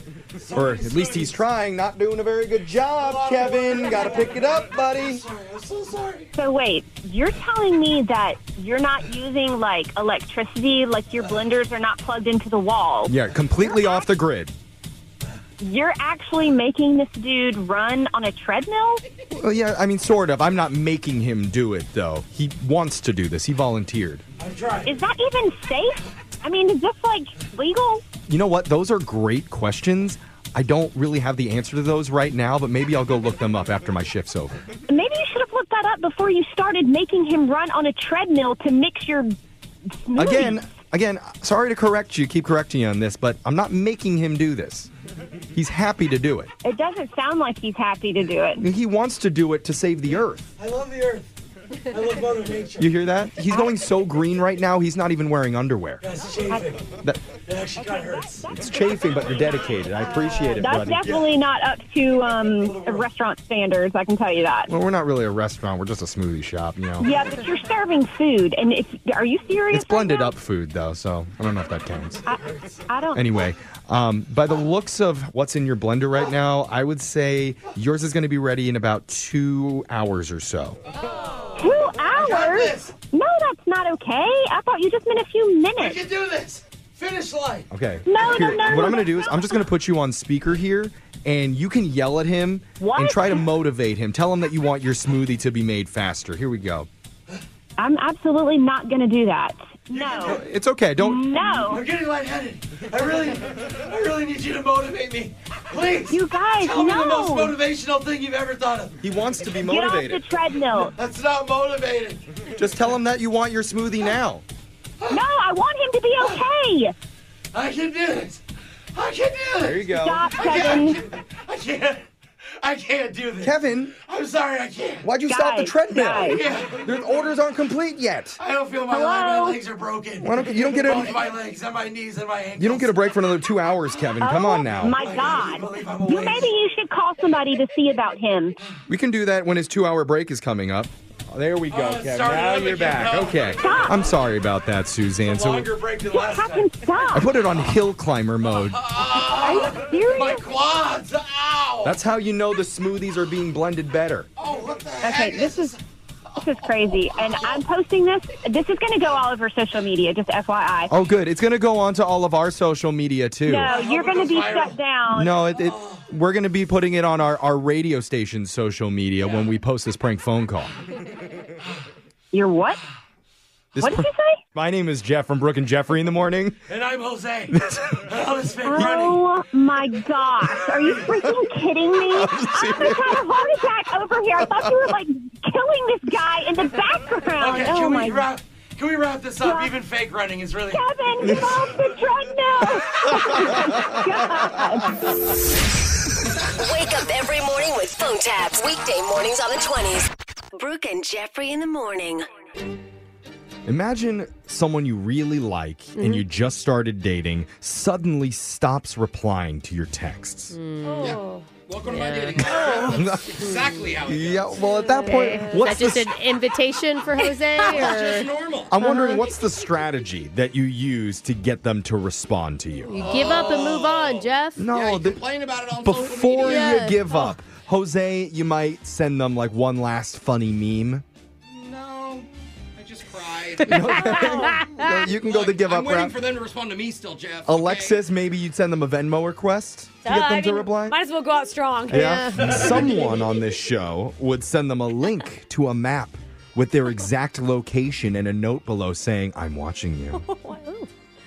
F: Or at least he's trying, not doing a very good job, Kevin. Gotta pick it up, buddy.
G: I'm so sorry.
O: So wait, you're telling me that you're not using like electricity, like your blenders are not plugged into the wall.
F: Yeah, completely off the grid.
O: You're actually making this dude run on a treadmill?
F: Well, yeah, I mean, sort of. I'm not making him do it, though. He wants to do this, he volunteered.
O: Is that even safe? I mean, is this like legal?
F: You know what? Those are great questions. I don't really have the answer to those right now, but maybe I'll go look them up after my shift's over.
O: Maybe you should have looked that up before you started making him run on a treadmill to mix your smoothies.
F: Again, again, sorry to correct you, keep correcting you on this, but I'm not making him do this. He's happy to do it.
O: It doesn't sound like he's happy to do it.
F: He wants to do it to save the earth.
G: I love the Earth. I love Mother Nature.
F: You hear that? He's going so green right now, he's not even wearing underwear.
G: That's chafing.
F: That,
G: That actually kind of hurts.
F: it's chafing, but you're dedicated. I appreciate it,
O: That's
F: buddy.
O: definitely not up to um, restaurant standards, I can tell you that.
F: Well, we're not really a restaurant, we're just a smoothie shop, you know.
O: Yeah, but you're serving food, and if, are you serious?
F: It's blended up food, though, so I don't know if that counts.
O: I, I don't.
F: Anyway, um, by the looks of what's in your blender right now, I would say yours is going to be ready in about two hours or so.
O: Two hours? No, that's not okay? I thought you just meant a few minutes.
G: We can do this. Finish line.
F: Okay.
O: No, no,
F: Here,
O: no,
F: What I'm
O: no,
F: going to do is I'm just going to put you on speaker here, and you can yell at him and
O: What?
F: try to motivate him. Tell him that you want your smoothie to be made faster. Here we go.
O: I'm absolutely not going to do that. No.
F: It's okay. Don't.
O: No.
G: I'm getting lightheaded. I really, I really need you to motivate me. Please.
O: You guys,
G: Tell me the most
O: no.
G: motivational thing you've ever thought of.
F: He wants to be
O: Get off
F: motivated.
O: the treadmill.
G: That's not motivated.
F: Just tell him that you want your smoothie now.
O: No, I want him to be okay.
G: I can do this. I can do this.
F: There you go.
O: Stop,
G: I can't-
O: Kevin.
G: I can't. I can't do this.
F: Kevin.
G: I'm sorry, I can't.
F: Why'd you stop the
O: Guys,
F: treadmill?
O: guys.
G: Yeah.
F: Your orders aren't complete yet.
G: I don't feel my
O: Hello?
G: leg. My legs are broken.
F: Why don't- you don't get a-
G: Both my legs and my knees and my ankles.
F: You don't get a break for another two hours, Kevin. Come on now.
O: Oh, My God. You maybe you should call somebody to see about him.
F: We can do that when his two hour break is coming up. Oh, there we go,
G: Oh,
F: Kevin.
G: sorry,
F: now
G: let me
F: you're
G: get
F: back.
G: going.
F: Okay. I'm sorry about that, Suzanne. So
G: Longer break than last time. Ah,
F: I put it on hill climber mode.
G: My quads. Ow.
F: That's how you know the smoothies are being blended better.
O: Okay, this is this is crazy, and I'm posting this. This is going to go all over social media. Just FYI.
F: Oh, good. It's going to go on to all of our social media, too.
O: No, you're going to be shut down.
F: No, it, it, we're going to be putting it on our, our radio station's social media when we post this prank phone call.
O: You're what?
F: This
O: What did
F: pr-
O: you say?
F: My name is Jeff from Brooke and Jeffrey in the morning.
G: And I'm Jose. and I was fake running.
O: Oh my gosh! Are you freaking kidding me? I just had a heart attack over here. I thought you were like killing this guy in the background.
G: Okay,
O: oh
G: can
O: my
G: we wrap? Can we wrap this up? Even fake running is really.
O: Kevin, get off the treadmill.
K: Wake up every morning with phone taps. Weekday mornings on the 20s. Brooke and Jeffrey in the morning.
F: Imagine someone you really like
O: Mm-hmm.
F: and you just started dating suddenly stops replying to your texts.
G: Welcome to my dating. life. That's exactly how it goes.
F: Yeah, well, at that point,
E: Okay.
F: what's
E: Is that
F: the
E: just an invitation for Jose?
G: It's just
E: Or
G: normal.
F: I'm
O: Uh-huh.
F: wondering what's the strategy that you use to get them to respond to you?
E: you give up and move on, Jeff?
F: No,
G: Yeah, you
F: the-
G: complain about it on social
F: Before
G: media.
F: you
E: Yeah.
F: give up, Jose, you might send them like one last funny meme.
G: No, I just cried.
F: No, you can go the give
G: I'm
F: up
G: waiting
F: route.
G: for them to respond to me still, Jeff.
F: Alexis, maybe you'd send them a Venmo request to get
I: Uh,
F: them
I: I
F: to
I: mean,
F: reply.
I: Might as well go out strong.
F: Yeah. Someone on this show would send them a link to a map with their exact location and a note below saying, I'm watching you.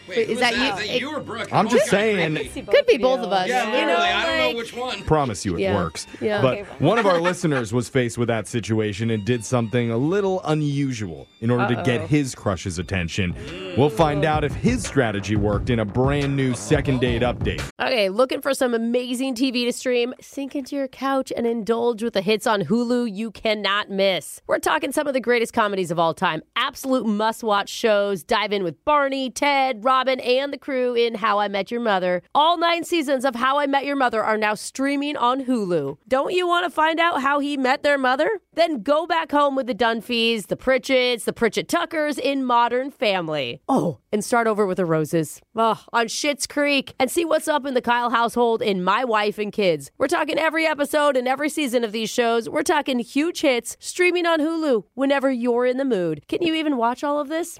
G: Wait,
E: Wait,
G: who
E: is that
G: that?
E: you?
G: Is that you or Brooke?
F: I'm
G: Oh,
F: just
G: God.
F: saying,
E: Could be both of us.
G: Yeah, literally.
E: you know,
G: I don't
E: like-
G: know which one.
F: promise you it
E: Yeah.
F: works.
E: Yeah.
F: But
E: Okay.
F: one of our listeners was faced with that situation and did something a little unusual in order to get his crush's attention. We'll find out if his strategy worked in a brand new second date update.
E: Okay, looking for some amazing TV to stream? Sink into your couch and indulge with the hits on Hulu you cannot miss. We're talking some of the greatest comedies of all time, absolute must watch shows. Dive in with Barney, Ted, Robin, and the crew in How I Met Your Mother. All nine seasons of How I Met Your Mother are now streaming on Hulu. Don't you want to find out how he met their mother? Then go back home with the Dunphys, the Pritchett's, the Pritchett Tuckers in Modern Family. Oh, and start over with the Roses. Ugh, on Schitt's Creek and see what's up in the Kyle household in My Wife and Kids. We're talking every episode and every season of these shows. We're talking huge hits streaming on Hulu whenever you're in the mood. Can you even watch all of this?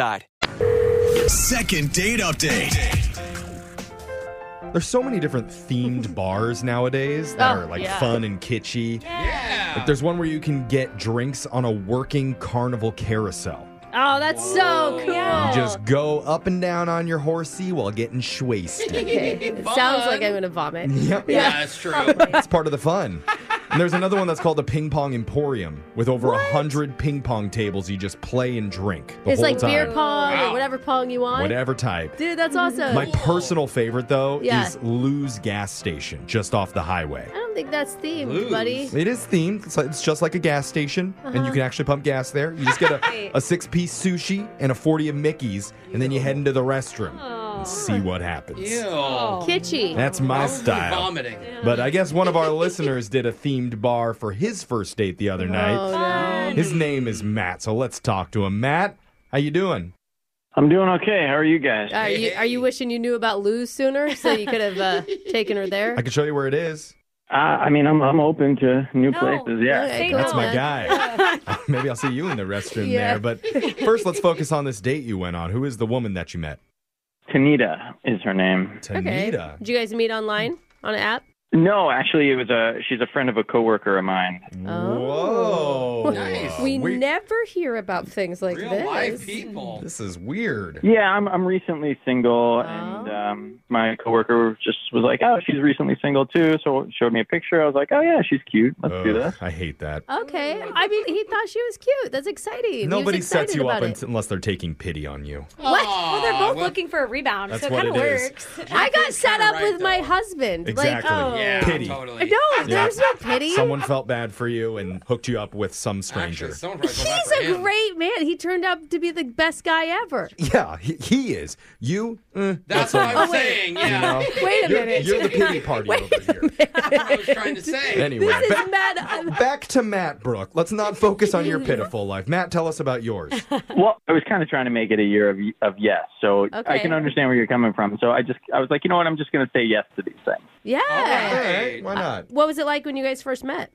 L: Second date update.
F: There's so many different themed bars nowadays that
L: Oh,
F: are like
L: yeah.
F: fun and kitschy. Yeah. Like there's one where you can get drinks on a working carnival carousel.
E: Oh, that's so cool.
F: You just go up and down on your horsey while getting schwasted.
E: Okay. It sounds like I'm gonna vomit.
F: Yep.
G: that's true.
F: That's part of the fun. And there's another one that's called the Ping Pong Emporium with over a hundred ping pong tables you just play and drink the
E: It's
F: whole
E: like
F: time.
E: beer pong or
F: Wow.
E: whatever pong you want.
F: Whatever type.
E: Dude, that's awesome.
F: My personal favorite though
E: Yeah.
F: is Lou's gas station just off the highway.
E: I don't think that's themed, buddy.
F: It is themed. It's, like, it's just like a gas station, and
E: Uh-huh.
F: you can actually pump gas there. You just get
E: Right.
F: a, a six piece sushi and a 40 of Mickey's, and then you head into the restroom and see what happens.
I: Oh.
E: Kitschy. Uh,
F: That's my style.
G: vomiting.
F: But I guess one of our listeners did a themed bar for his first date the other night.
E: Oh, no.
F: His name is Matt, so let's talk to him. Matt, how you doing?
A: I'm doing okay. How are you guys?
E: Are you are you wishing you knew about Lou sooner so you could have uh, taken her there?
F: I can show you where it is.
A: Uh, I mean, I'm I'm open to new places. Yeah.
E: Okay,
F: That's
E: cool,
F: my
E: man.
F: guy. Maybe I'll see you in the restroom
A: Yeah.
F: there. But first, let's focus on this date you went on. Who is the woman that you met?
A: Tanita is her name.
E: Okay. Did you guys meet online on an app?
A: No, actually, it was a she's a friend of a coworker of mine.
F: Oh. Whoa.
E: We, never hear about things like this.
F: This is weird.
A: Yeah, I'm I'm recently single, and um, my coworker just was like, "Oh, she's recently single too." So showed me a picture. I was like, "Oh yeah, she's cute. Let's do
F: Ugh,
A: this."
F: I hate that.
E: Okay. I mean, he thought she was cute. That's exciting. He was
F: Nobody sets
E: excited
F: you up
E: about it.
F: unt- unless they're taking pity on you.
E: What?
I: Well, they're both looking for a rebound,
F: That's
I: so it
F: what
I: kind of
F: it is.
I: works.
E: I got set up with my husband.
F: Exactly.
E: Like, oh.
F: pity.
E: No, Oh, there's no pity.
F: Someone felt bad for you and hooked you up with some stranger.
E: He's a great man. He turned out to be the best guy ever.
F: yeah, he, he is. You. eh,
G: That's
F: not so
G: what I'm
F: much.
G: saying,
F: You
G: yeah.
F: know?
G: Wait a
F: You're-
G: minute.
F: You're the pity party over here.
G: I was trying to say.
F: Anyway,
G: This
F: ba-
G: is
E: mad.
F: back to Matt Brooke. Let's not focus on your pitiful life. Matt, tell us about yours.
A: well, I was kind of trying to make it a year of of yes, so I
E: Okay.
A: can understand where you're coming from. So I just I was like, you know what? I'm just going to say yes to these things.
E: Yeah.
A: Why not?
E: What was it like when you guys first met?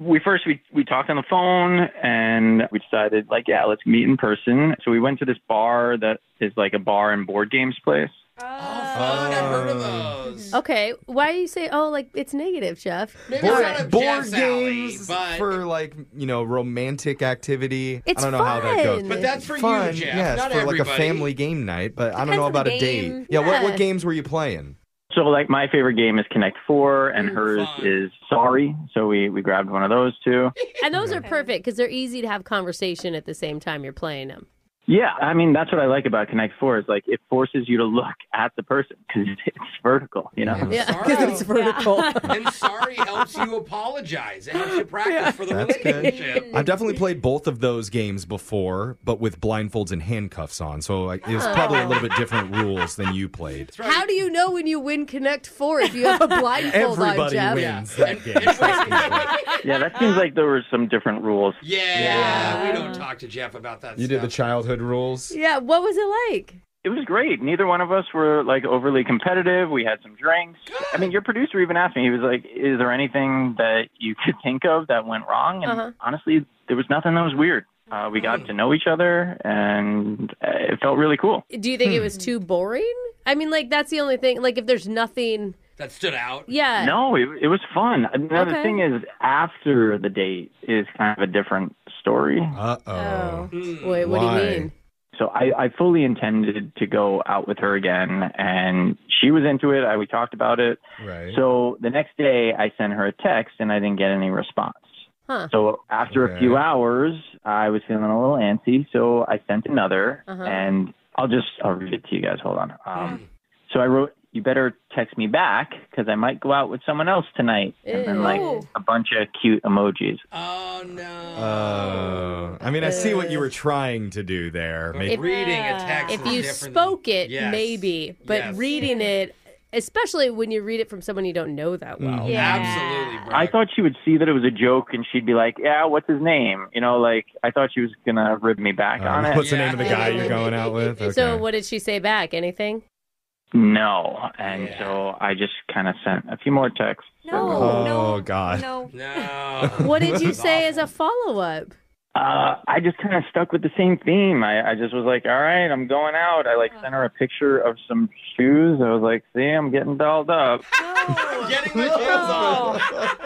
A: we first we, we talked on the phone and we decided like yeah let's meet in person so we went to this bar that is like a bar and board games place
E: Oh, Okay. Why do you say, oh, like it's negative, Jeff?
F: board
E: Alright.
F: board games for like you know romantic activity.
E: It's
F: I don't know how that goes.
E: fun. But that's for you,
F: fun,
A: Jeff,
F: Yes,
A: not
F: for like a
A: everybody.
F: family game night. But I don't
A: Depends
F: know
A: on the
F: about a date.
A: game.
F: Yeah, What,
A: Yeah.
F: what games were you playing?
A: so like my favorite game is connect four and hers is sorry so we we grabbed one of those two
E: And those are perfect because they're easy to have conversation at the same time you're playing them.
A: yeah i mean that's what i like about connect four is like it forces you to look at the person because it's vertical you know
E: Yeah.
G: it's vertical. and sorry helps you apologize. It helps you practice for the
F: That's
G: relationship.
F: I've definitely played both of those games before, but with blindfolds and handcuffs on. So like, it was probably a little bit different rules than you played.
E: How do you know when you win Connect Four if you have a blindfold on,
F: Everybody
E: Jeff?
F: wins that game.
A: yeah that seems like there were some different rules
G: Yeah, we don't talk to Jeff about that.
F: You did the childhood rules.
E: Yeah, what was it like?
A: It was great. Neither one of us were like overly competitive. We had some drinks. I mean, your producer even asked me. He was like, "Is there anything that you could think of that went wrong?" And
G: Uh-huh.
A: honestly, there was nothing that was weird. Uh, we got to know each other, and uh, it felt really cool.
E: Do you think
F: Hmm.
E: it was too boring? I mean, like that's the only thing. Like if there's nothing,
G: That stood out.
E: yeah.
A: No, it, it was fun. Another
E: Okay.
A: thing is, after the date is kind of a different story.
F: Uh
E: Oh. Wait, what do you mean?
A: So I, I fully intended to go out with her again, and she was into it. I, we talked about it.
F: Right.
A: So the next day, I sent her a text, and I didn't get any response.
E: Huh.
A: So after
G: Okay.
A: a few hours, I was feeling a little antsy, so I sent another,
G: Uh-huh. Hmm.
A: and I'll just I'll read it to you guys. Hold on. Um, so I wrote, "You better text me back because I might go out with someone else tonight," and then like
G: Ew.
A: a bunch of cute emojis.
F: Uh, I mean, I see what you were trying to do there. Maybe
G: reading a text
E: If
G: is
E: you
G: different
E: spoke it,
F: Yes.
E: maybe, but
G: Yes.
E: reading it, especially when you read it from someone you don't know that well.
A: Mhm.
G: Mm-hmm. Absolutely.
A: I thought she would see that it was a joke and she'd be like, "Yeah, what's his name?" You know, like I thought she was gonna rib me back on it.
F: Uh, What's the name of the guy you're going out with? Okay.
E: So what did she say back? Anything?
A: No, and so I just kind of sent a few more texts.
E: No,
F: oh God.
E: No.
G: Uh, No.
E: What did you say as a follow up?
A: Uh, I just kind of stuck with the same theme. I, I just was like, "All right, I'm going out." I like sent her a picture of some shoes. I was like, "See, I'm getting dolled up."
G: Getting my clothes
E: Oh.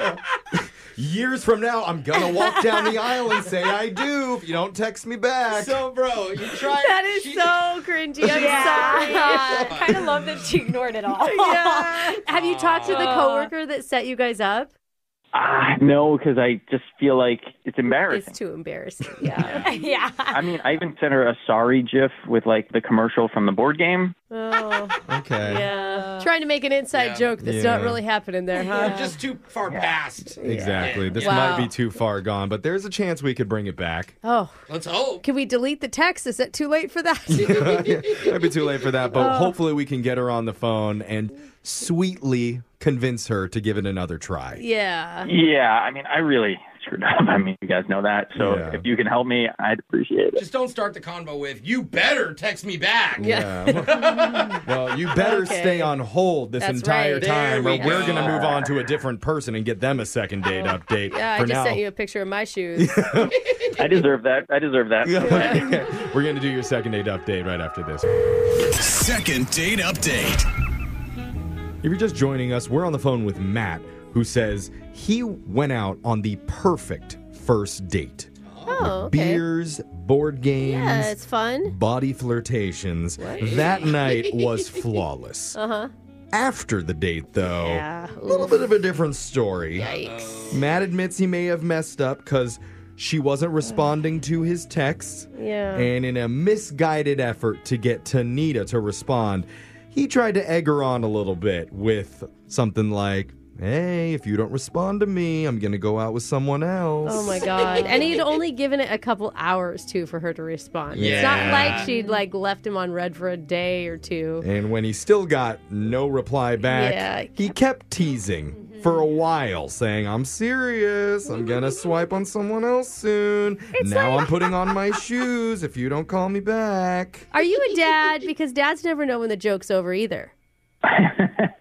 G: on.
F: Years from now, I'm gonna walk down the aisle and say I do. If you don't text me back,
G: So, bro, you tried.
I: That is so
E: cringy.
I: I'm
E: Yeah.
I: sorry. I kind of love that she ignored it all.
E: Yeah. Have you talked to the coworker that set you guys up?
A: Ah, no, because I just feel like it's embarrassing.
E: It's too embarrassing. Yeah.
I: yeah.
A: I mean, I even sent her a sorry gif with like the commercial from the board game.
E: Oh.
F: Okay.
E: Yeah. Trying to make an inside joke that's not
F: Yeah.
E: really happening there, huh?
G: Just too far past.
F: Exactly. This
E: Wow.
F: might be too far gone, but there's a chance we could bring it back.
E: Oh.
G: Let's hope.
E: Can we delete the text? Is it too late for that?
F: Might be too late for that, but
E: Oh.
F: hopefully we can get her on the phone and sweetly convince her to give it another try.
E: yeah.
A: Yeah, I mean, I really screwed up. I mean, you guys know that. So
F: Yeah.
A: if you can help me, I'd appreciate it.
G: Just don't start the convo with, you better text me back.
F: Yeah. Well, you better
G: Okay.
F: stay on hold this
G: That's
F: entire
G: right.
F: time,
G: There
F: or
G: we
F: we're
G: go.
F: going to move on to a different person and get them a second date update.
E: Oh, Yeah, I
F: for
E: just
F: now,
E: sent you a picture of my shoes.
A: I deserve that. I deserve that.
F: we're going to do your second date update right after this.
L: Second date update.
F: If you're just joining us, we're on the phone with Matt, who says he went out on the perfect first date.
E: Oh, okay.
F: Beers, board games,
E: Yeah, it's fun.
F: body flirtations. That night was flawless.
E: Uh huh.
F: After the date, though,
E: Yeah.
F: a little bit of a different story.
E: Yikes.
F: Matt admits he may have messed up because she wasn't responding to his texts.
E: Yeah.
F: And in a misguided effort to get Tanita to respond, he tried to egg her on a little bit with something like, Hey, if you don't respond to me, I'm going to go out with someone else.
E: Oh my god. And he'd only given it a couple hours too for her to respond. It's not
F: Yeah.
E: like she'd like left him on red for a day or two.
F: And when he still got no reply back,
E: Yeah.
F: he kept teasing for a while, saying, I'm serious. I'm going to swipe on someone else soon. now I'm putting on my shoes if you don't call me back.
E: Are you a dad? Because dads never know when the joke's over either.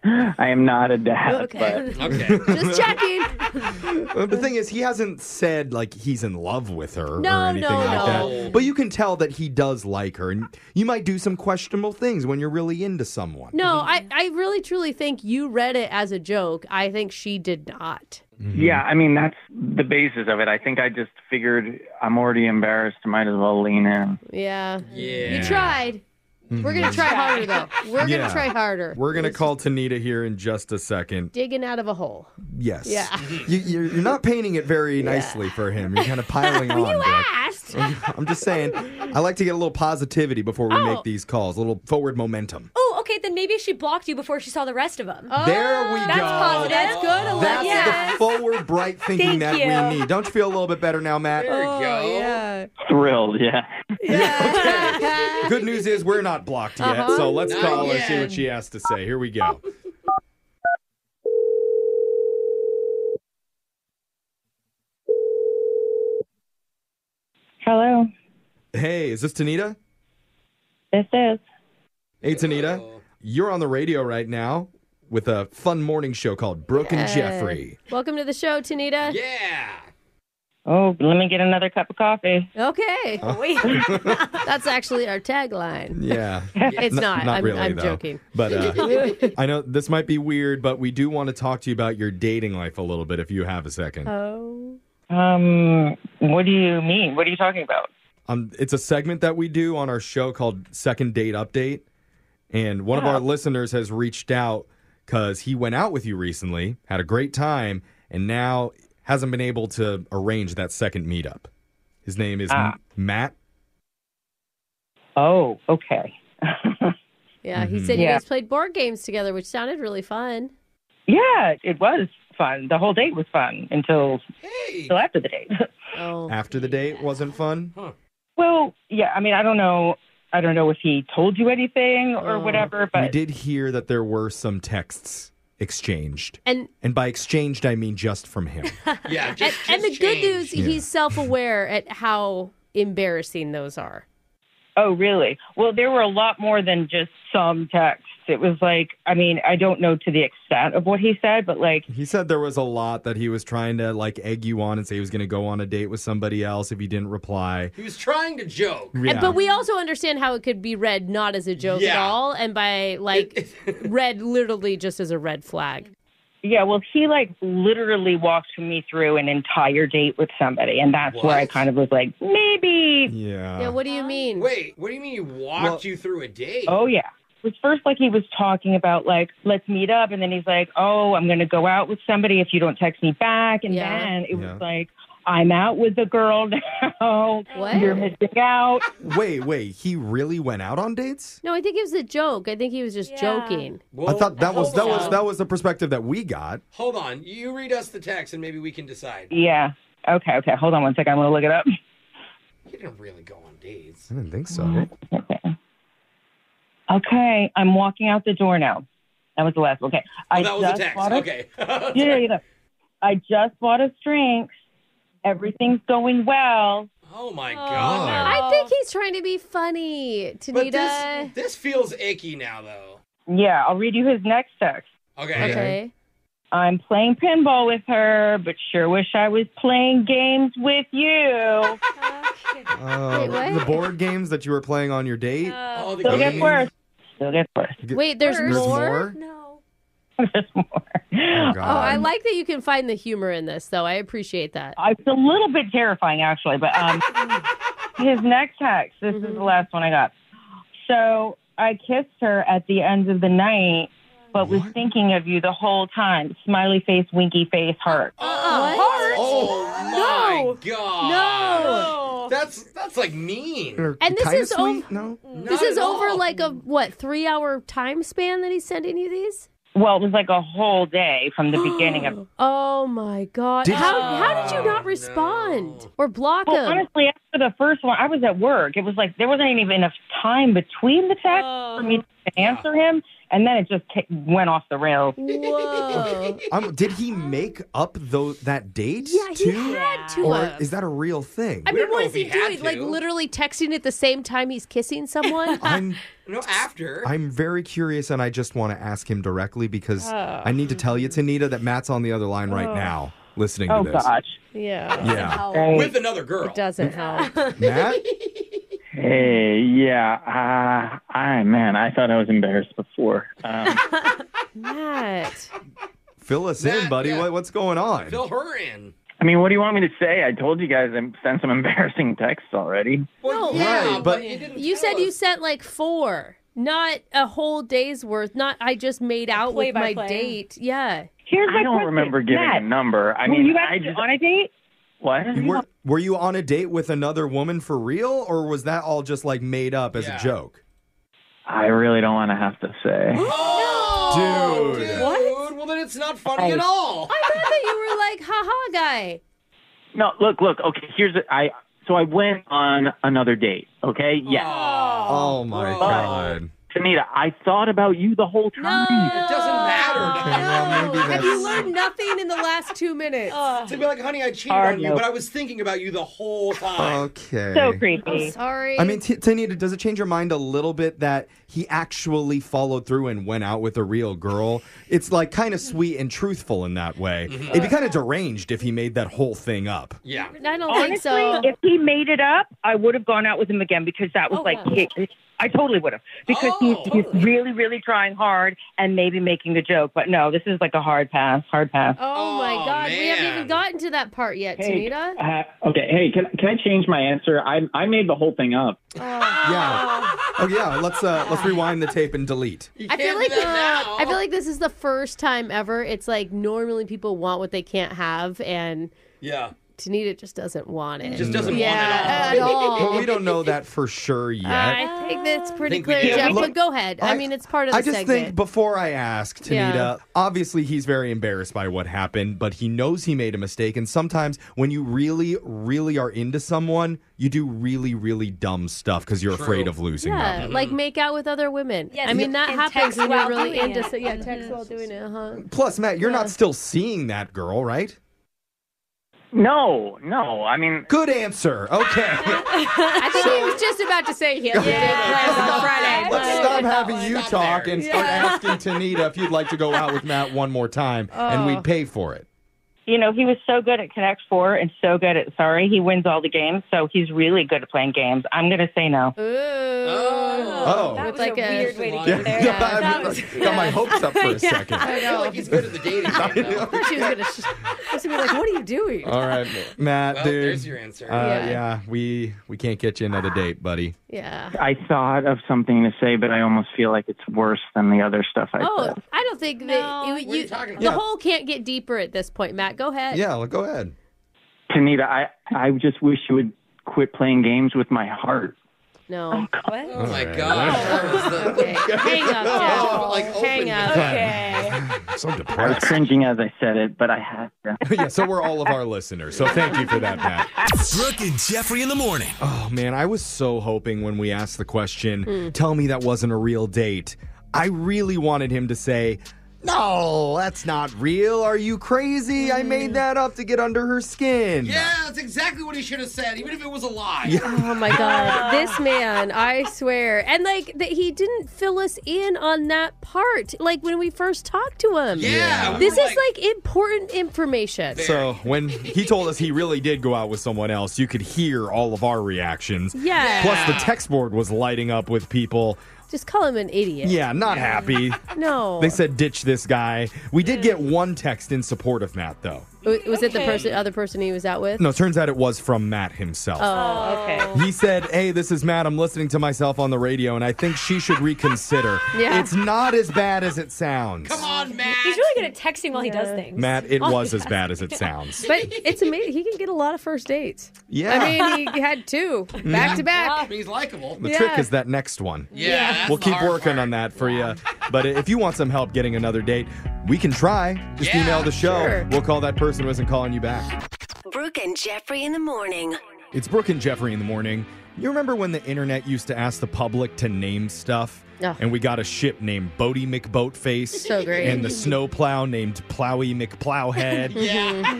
A: I am not a dad.
E: Okay.
A: But
E: Just checking.
F: But the thing is, he hasn't said like he's in love with her or
E: No,
F: anything
E: no,
F: like
E: no.
F: that. But you can tell that he does like her, and you might do some questionable things when you're really into someone.
E: No, I, I really truly think you read it as a joke. I think she did not.
P: Mm-hmm.
A: Yeah, I mean, that's the basis of it. I think I just figured I'm already embarrassed. Might as well lean in.
E: Yeah.
G: Yeah.
E: You tried. We're gonna try harder though. We're
F: Mm-hmm. Yeah.
E: gonna try harder.
F: We're gonna call Tanita here in just a second.
E: digging out of a hole.
F: Yes.
E: Yeah.
F: You, you're, you're not painting it very nicely for him. You're kind of piling on.
E: you
F: Brooke.
E: asked.
F: I'm just saying, I like to get a little positivity before we
E: Oh.
F: make these calls, a little forward momentum.
I: Oh, okay. Then maybe she blocked you before she saw the rest of them.
E: Oh,
F: There we
I: that's
F: go.
I: Positive.
F: That's
I: good. Olivia.
F: That's the forward, bright thinking
I: Thank
F: that
I: you.
F: we need. Don't you feel a little bit better now, Matt?
G: There you go.
E: Oh, Yeah.
A: Thrilled, yeah.
F: Good news is we're not blocked yet,
G: Uh-huh.
F: so let's
G: Not
F: call her
G: yet.
F: see what she has to say. Here we go.
P: Hello,
F: Hey, is this Tanita?
P: this is.
F: Hey, Tanita, you're on the radio right now with a fun morning show called Brooke and
E: Yeah.
F: Jeffrey.
E: Uh, Welcome to the show, Tanita. Yeah.
P: Oh, let me get another cup of coffee.
E: Okay.
P: Oh.
E: Wait. That's actually our tagline.
F: Yeah.
E: It's
F: N-
E: not. I'm-
F: really,
E: I'm
F: though.
E: joking.
F: But uh, I know this might be weird, but we do want to talk to you about your dating life a little bit if you have a second.
P: Oh. Um, what do you mean? What are you talking about?
F: Um, it's a segment that we do on our show called Second Date Update. And
P: Oh.
F: one of our listeners has reached out because he went out with you recently, had a great time, and now hasn't been able to arrange that second meetup. His name is
P: Ah.
F: M- Matt.
P: Oh, okay.
E: Yeah. He
P: Mhm.
E: said you
P: Yeah.
E: guys played board games together, which sounded really fun.
P: Yeah, it was fun. The whole date was fun until until after the date.
E: Oh.
F: After the date wasn't fun.
P: well, yeah. I mean, I don't know. I don't know if he told you anything
E: Oh.
P: or whatever,
F: Oh. we
P: but
F: did hear that there were some texts exchanged.
E: And
F: And by exchanged, I mean just from him.
E: yeah, and, and the good news,
F: Yeah.
E: he's self-aware at how embarrassing those are.
P: oh, really? Well, there were a lot more than just some texts. It was like, I mean, I don't know to the extent of what he said, but like,
F: He said there was a lot that he was trying to like egg you on and say he was going to go on a date with somebody else if you didn't reply.
E: He was trying to joke.
F: Yeah.
E: But we also understand how it could be read not as a joke at
P: Yeah.
E: all and by like read literally just as a red flag.
P: Yeah, well, he like literally walked me through an entire date with somebody, and that's where I
E: What?
P: kind of was like, maybe.
F: Yeah.
E: yeah, what do you mean?
P: Wait,
E: what do you mean you
P: walked Well-
E: you through a date?
P: Oh yeah. It was first like he was talking about like let's meet up, and then he's like, oh, I'm gonna go out with somebody if you don't text me back, and
E: Yeah.
P: then it
F: Yeah.
P: was like. I'm out with the girl now. You're missing out.
F: Wait, wait. He really went out on dates?
E: No, I think it was a joke. I think he was just joking.
F: I thought that was
E: hope
F: that was
E: so.
F: that was the perspective that we got.
G: Hold on. You read us the text and maybe we can decide.
P: Yeah. Okay. Okay. Hold on one second. I'm gonna look it up.
G: You didn't really go on dates.
F: I didn't think so.
P: Okay. I'm walking out the door now. That was the last. Okay.
G: Oh,
P: I
G: that was a
P: just
G: text.
P: bought a-
G: Okay.
P: yeah, yeah, yeah. I just bought us drinks. Everything's going well.
G: Oh my
F: God.
E: I think he's trying to be funny,
G: But
E: Tanita.
G: this, this feels icky now, though.
P: Yeah, I'll read you his next text.
G: Okay. Okay.
P: I'm playing pinball with her, but sure wish I was playing games with you.
F: Uh,
P: Wait, what?
F: the board games that you were playing on your date.
G: Oh,
P: Still gets
F: games.
P: worse. Still gets worse.
E: Wait, there's,
F: more?
P: Oh,
E: Oh, I like that you can find the humor in this, though. I appreciate that.
P: It's a little bit terrifying, actually, but um, his next text. This is
E: Mm-hmm.
P: the last one I got. So I kissed her at the end of the night, but was thinking of you the whole time. Smiley face, winky face, heart.
E: Oh,
G: Heart? Oh my god.
E: No.
G: That's that's like mean.
E: And this is over.
F: No.
E: This is over like a what three hour time span that he's sending you these.
P: Well, it was like a whole day from the beginning of.
E: Oh my god!
P: Did
E: how
P: you-
E: how did you not respond or block
P: Well,
E: him?
P: honestly, after the first one, I was at work. It was like there wasn't even enough time between the texts for
E: Oh.
P: me to answer him, and then it just ca- went off the rails.
E: Whoa!
F: Um, did he make up those that date?
E: Yeah, he
F: too?
E: had to
F: Or
E: have.
F: is that a real thing?
E: I mean, what is he, doing? Like literally texting at the same time he's kissing someone?
F: I'm-
G: no, after.
F: I'm very curious, and I just want to ask him directly because
E: Oh.
F: I need to tell you, Tanita, that Matt's on the other line right
E: Oh.
F: now listening
P: Oh,
F: to this.
P: gosh.
E: Yeah.
F: Yeah.
G: With another girl.
E: It doesn't help.
F: Matt?
B: Hey, yeah. Uh, I man, I thought I was embarrassed before. Um,
E: Matt.
F: Fill us in, buddy. What, what's going on?
G: Fill her in.
B: I mean, what do you want me to say? I told you guys I sent some embarrassing texts already.
E: no,
B: yeah, Right, but- but you
E: you said you sent like four, not a whole day's worth. Not I just made out with my
P: play-by-play.
E: date. Yeah.
P: Here's
B: I don't remember giving
E: Matt,
B: a number. I
P: were
B: mean,
P: you
B: I
P: actually
B: just
P: on a date?
B: what?
F: You were, were you on a date with another woman for real, or was that all just like made up as a joke?
B: I really don't want to have to say.
G: Oh,
F: Dude.
G: What? Well, then it's not funny
P: Oh.
G: at all.
E: I thought that you were like, haha, guy.
B: No, look, look. Okay, here's a, I. So I went on another date. Okay, yes.
F: Oh my god.
B: Tanita, I thought about you the whole time.
G: It doesn't matter.
B: well, maybe
E: Oh, Have you learned nothing in the last two minutes?
G: To be like, honey, I cheated
F: Hard
G: on you,
F: no.
G: but I was thinking about you the whole time.
F: Okay.
E: I'm sorry.
F: I mean, T- Tanita, does it change your mind a little bit that he actually followed through and went out with a real girl? It's like kind of sweet and truthful in that way.
G: Mhm.
F: It'd be kind of deranged if he made that whole thing up.
G: Yeah.
E: I don't
P: Honestly,
E: think so. Oh,
P: if he made it up, I would have gone out with him again because that was like, he- I totally would have because he's, he's really, really trying hard and maybe making the joke. But no, this is like a hard pass, hard pass.
E: Oh, my God. We haven't even gotten to that part yet,
P: Hey,
E: Tanita.
B: Uh, okay, hey, can can I change my answer? I I made the whole thing up.
F: Yeah. Oh yeah. Let's uh, let's rewind the tape and delete.
E: I feel like uh, I feel like this is the first time ever. It's like normally people want what they can't have, and
G: yeah,
E: Tanita just doesn't want it.
G: Just doesn't want it
E: yeah,
G: at all.
E: at all.
F: Well, Mm. we don't know that for sure yet.
E: I think that's pretty
F: Think we
E: clear,
F: can.
E: Jeff.
F: Look,
E: but go ahead. I, mean, it's part of the
F: I just
E: segment.
F: think before I ask Tanita,
E: Yeah.
F: obviously he's very embarrassed by what happened, but he knows he made a mistake. And sometimes when you really, really are into someone, you do really, really dumb stuff because you're afraid of losing
E: yeah,
F: them.
E: like make out with other women.
I: Yes.
E: I mean, that
I: And
E: happens
I: text
E: when you're
I: while
E: really
I: doing
E: into.
I: it.
E: so- yeah, text while doing it, huh?
F: Plus, Matt, you're not still seeing that girl, right?
B: No, no. I mean,
F: good answer. Okay.
E: I think he was just about to say he had on Friday.
F: Let's
E: but-
F: stop having you talk and start
E: Yeah.
F: asking Tanita if you'd like to go out with Matt one more time, and
P: Oh.
F: we pay for it.
P: You know, he was so good at Connect Four and so good at Sorry. He wins all the games, so he's really good at playing games. I'm going to say no.
F: Oh.
I: That was
E: like
I: a,
E: a-
I: weird way to
F: Yeah,
I: get there.
F: I
I: That was-
F: got my hopes up for a
I: Yeah.
F: second.
I: I
G: I feel like he's good at the dating game. though.
E: Of course she was gonna. Sh- I was gonna be like, "What are you doing?"
F: All right, Matt,
G: Well,
F: dude.
G: there's your answer.
F: Uh,
G: Yeah.
F: yeah. we we can't get you another date, buddy.
E: Yeah.
B: I thought of something to say, but I almost feel like it's worse than the other stuff I
E: Oh,
B: said.
E: I don't think that you, you, the
B: about?
E: hole can't get deeper at this point, Matt. Go ahead.
F: well, go ahead.
B: Tanita, I I just wish you would quit playing games with my heart.
E: No. What?
G: Oh my
B: Alright.
G: gosh. That was the-
E: Okay. Hang up, Jeff.
G: Oh, like, open
E: Hang
G: the-
E: up. Okay.
F: So
B: I was cringing as I said it, but I had to.
F: yeah, so we're all of our listeners. So thank you for that, Matt.
L: Brooke and Jeffrey in the morning.
F: Oh man, I was so hoping when we asked the question,
L: Mm.
F: tell me that wasn't a real date. I really wanted him to say, "No, that's not real. Are you crazy? I made that up to get under her skin."
G: Yeah, that's exactly what he should have said, even if it was a lie.
E: Oh my god, this man! I swear, and like that he didn't fill us in on that part. Like when we first talked to him.
F: Yeah, we
E: this is
F: were
E: like, important information.
F: So when he told us he really did go out with someone else, you could hear all of our reactions.
E: Yeah.
F: Plus the text board was lighting up with people.
E: Just call him an idiot.
F: Yeah, not happy.
E: No.
F: They said ditch this guy. We did get one text in support of Matt though.
E: W- was it the
F: Okay.
E: person, other person he was out with?
F: No, turns out it was from Matt himself.
E: Oh, okay.
F: He said, Hey, this is Matt. I'm listening to myself on the radio, and I think she should reconsider.
I: Yeah.
F: It's not as bad as it sounds.
I: Come on, Matt. He's really good at texting while he does things.
F: Matt, it was as bad as it sounds.
E: Oh, But it's amazing. He can get a lot of first dates.
F: Yeah. Mm-hmm.
E: I mean, he had two back to back.
G: He's likable.
F: The trick is that next one.
G: Yeah, Yeah. that's
F: We'll
G: the
F: keep
G: hard
F: working on that for you. But if you want some help getting another date, we can try. Just email the show.
K: sure.
F: We'll call that person who isn't calling you back.
K: Brooke and Jeffrey in the morning.
F: It's Brooke and Jeffrey in the morning. You remember when the internet used to ask the public to name stuff?
K: Yeah.
F: And we got a ship named Bodie McBoatface.
E: So great.
F: And the snowplow named Plowy McPlowhead.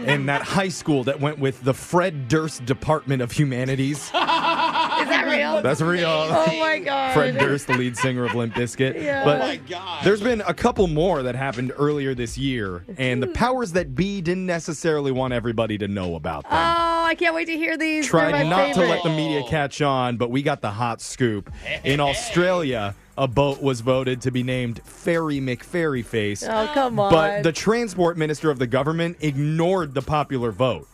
F: And that high school that went with the Fred Durst Department of Humanities.
E: Is that real?
F: That's real.
E: Oh my god.
F: Fred Durst, the lead singer of Limp Bizkit.
E: Yeah.
F: But
E: Oh my
F: there's been a couple more that happened earlier this year, and the powers that be didn't necessarily want everybody to know about
E: Oh,
F: them.
E: I can't wait to hear these. They're
F: Tried
E: my
F: not
E: favorite.
F: to let the media catch on, but we got the hot scoop. In Australia, a boat was voted to be named Ferry McFairy Face.
E: Oh, come on.
F: But the transport minister of the government ignored the popular vote.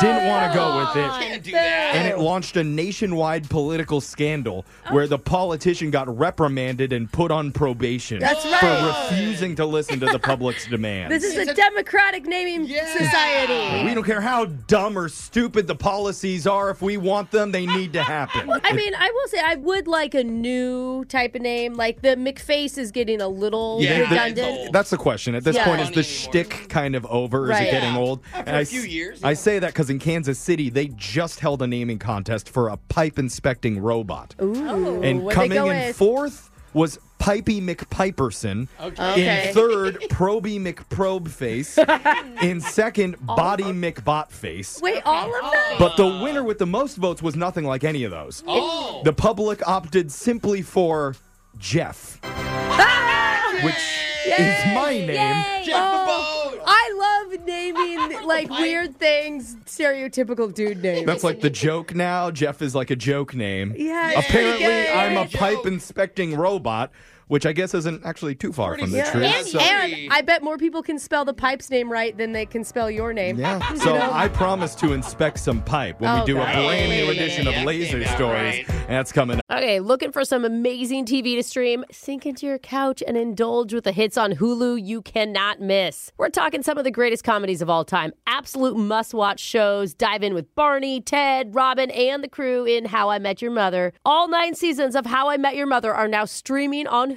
F: Didn't want to go with
E: Oh,
F: it. And it launched a nationwide political scandal where the politician got reprimanded and put on probation
E: That's right.
F: for refusing to listen to the public's demands.
E: This is a democratic naming society.
F: we don't care how dumb or stupid the policies are. If we want them, they need to happen.
E: I mean, I will say I would like a new type of name. Like the McFace is getting a little
F: You think that-
E: redundant.
F: that's the question. At this
E: Yeah.
F: point, is the shtick kind of over? Is
E: Right.
F: it getting old?
E: After
F: And
E: a
F: I
E: few
F: s-
E: years,
F: I say that because in Kansas City, they just held a naming contest for a pipe inspecting robot.
E: Ooh,
F: and
E: what'd they
F: coming
E: go
F: in
E: with?
F: fourth was Pipey McPiperson.
G: Okay.
F: In third, Proby McProbeface. In second, Body McBotface.
G: Wait, all of them?
F: But the winner with the most votes was nothing like any of those.
G: Oh.
F: The public opted simply for Jeff, which is my name.
E: Oh, I love naming like weird things, stereotypical dude names.
F: That's like the joke now. Jeff is like a joke name.
E: Yeah, it's pretty
F: Apparently,
E: good.
F: I'm a
E: Pretty
F: pipe inspecting robot, which I guess isn't actually too far from the truth.
E: And,
F: so,
E: and I bet more people can spell the pipe's name right than they can spell your name.
F: yeah.
E: You
F: So
E: know? Oh,
F: I promise to inspect some pipe when we do a
E: Okay.
F: brand new
E: Hey,
F: edition
E: that
F: of Laser Stories, and that's coming. up.
E: Okay, looking for some amazing TV to stream? Sink into your couch and indulge with the hits on Hulu you cannot miss. We're talking some of the greatest comedies of all time, absolute must watch shows. Dive in with Barney, Ted, Robin, and the crew in How I Met Your Mother. All nine seasons of How I Met Your Mother are now streaming on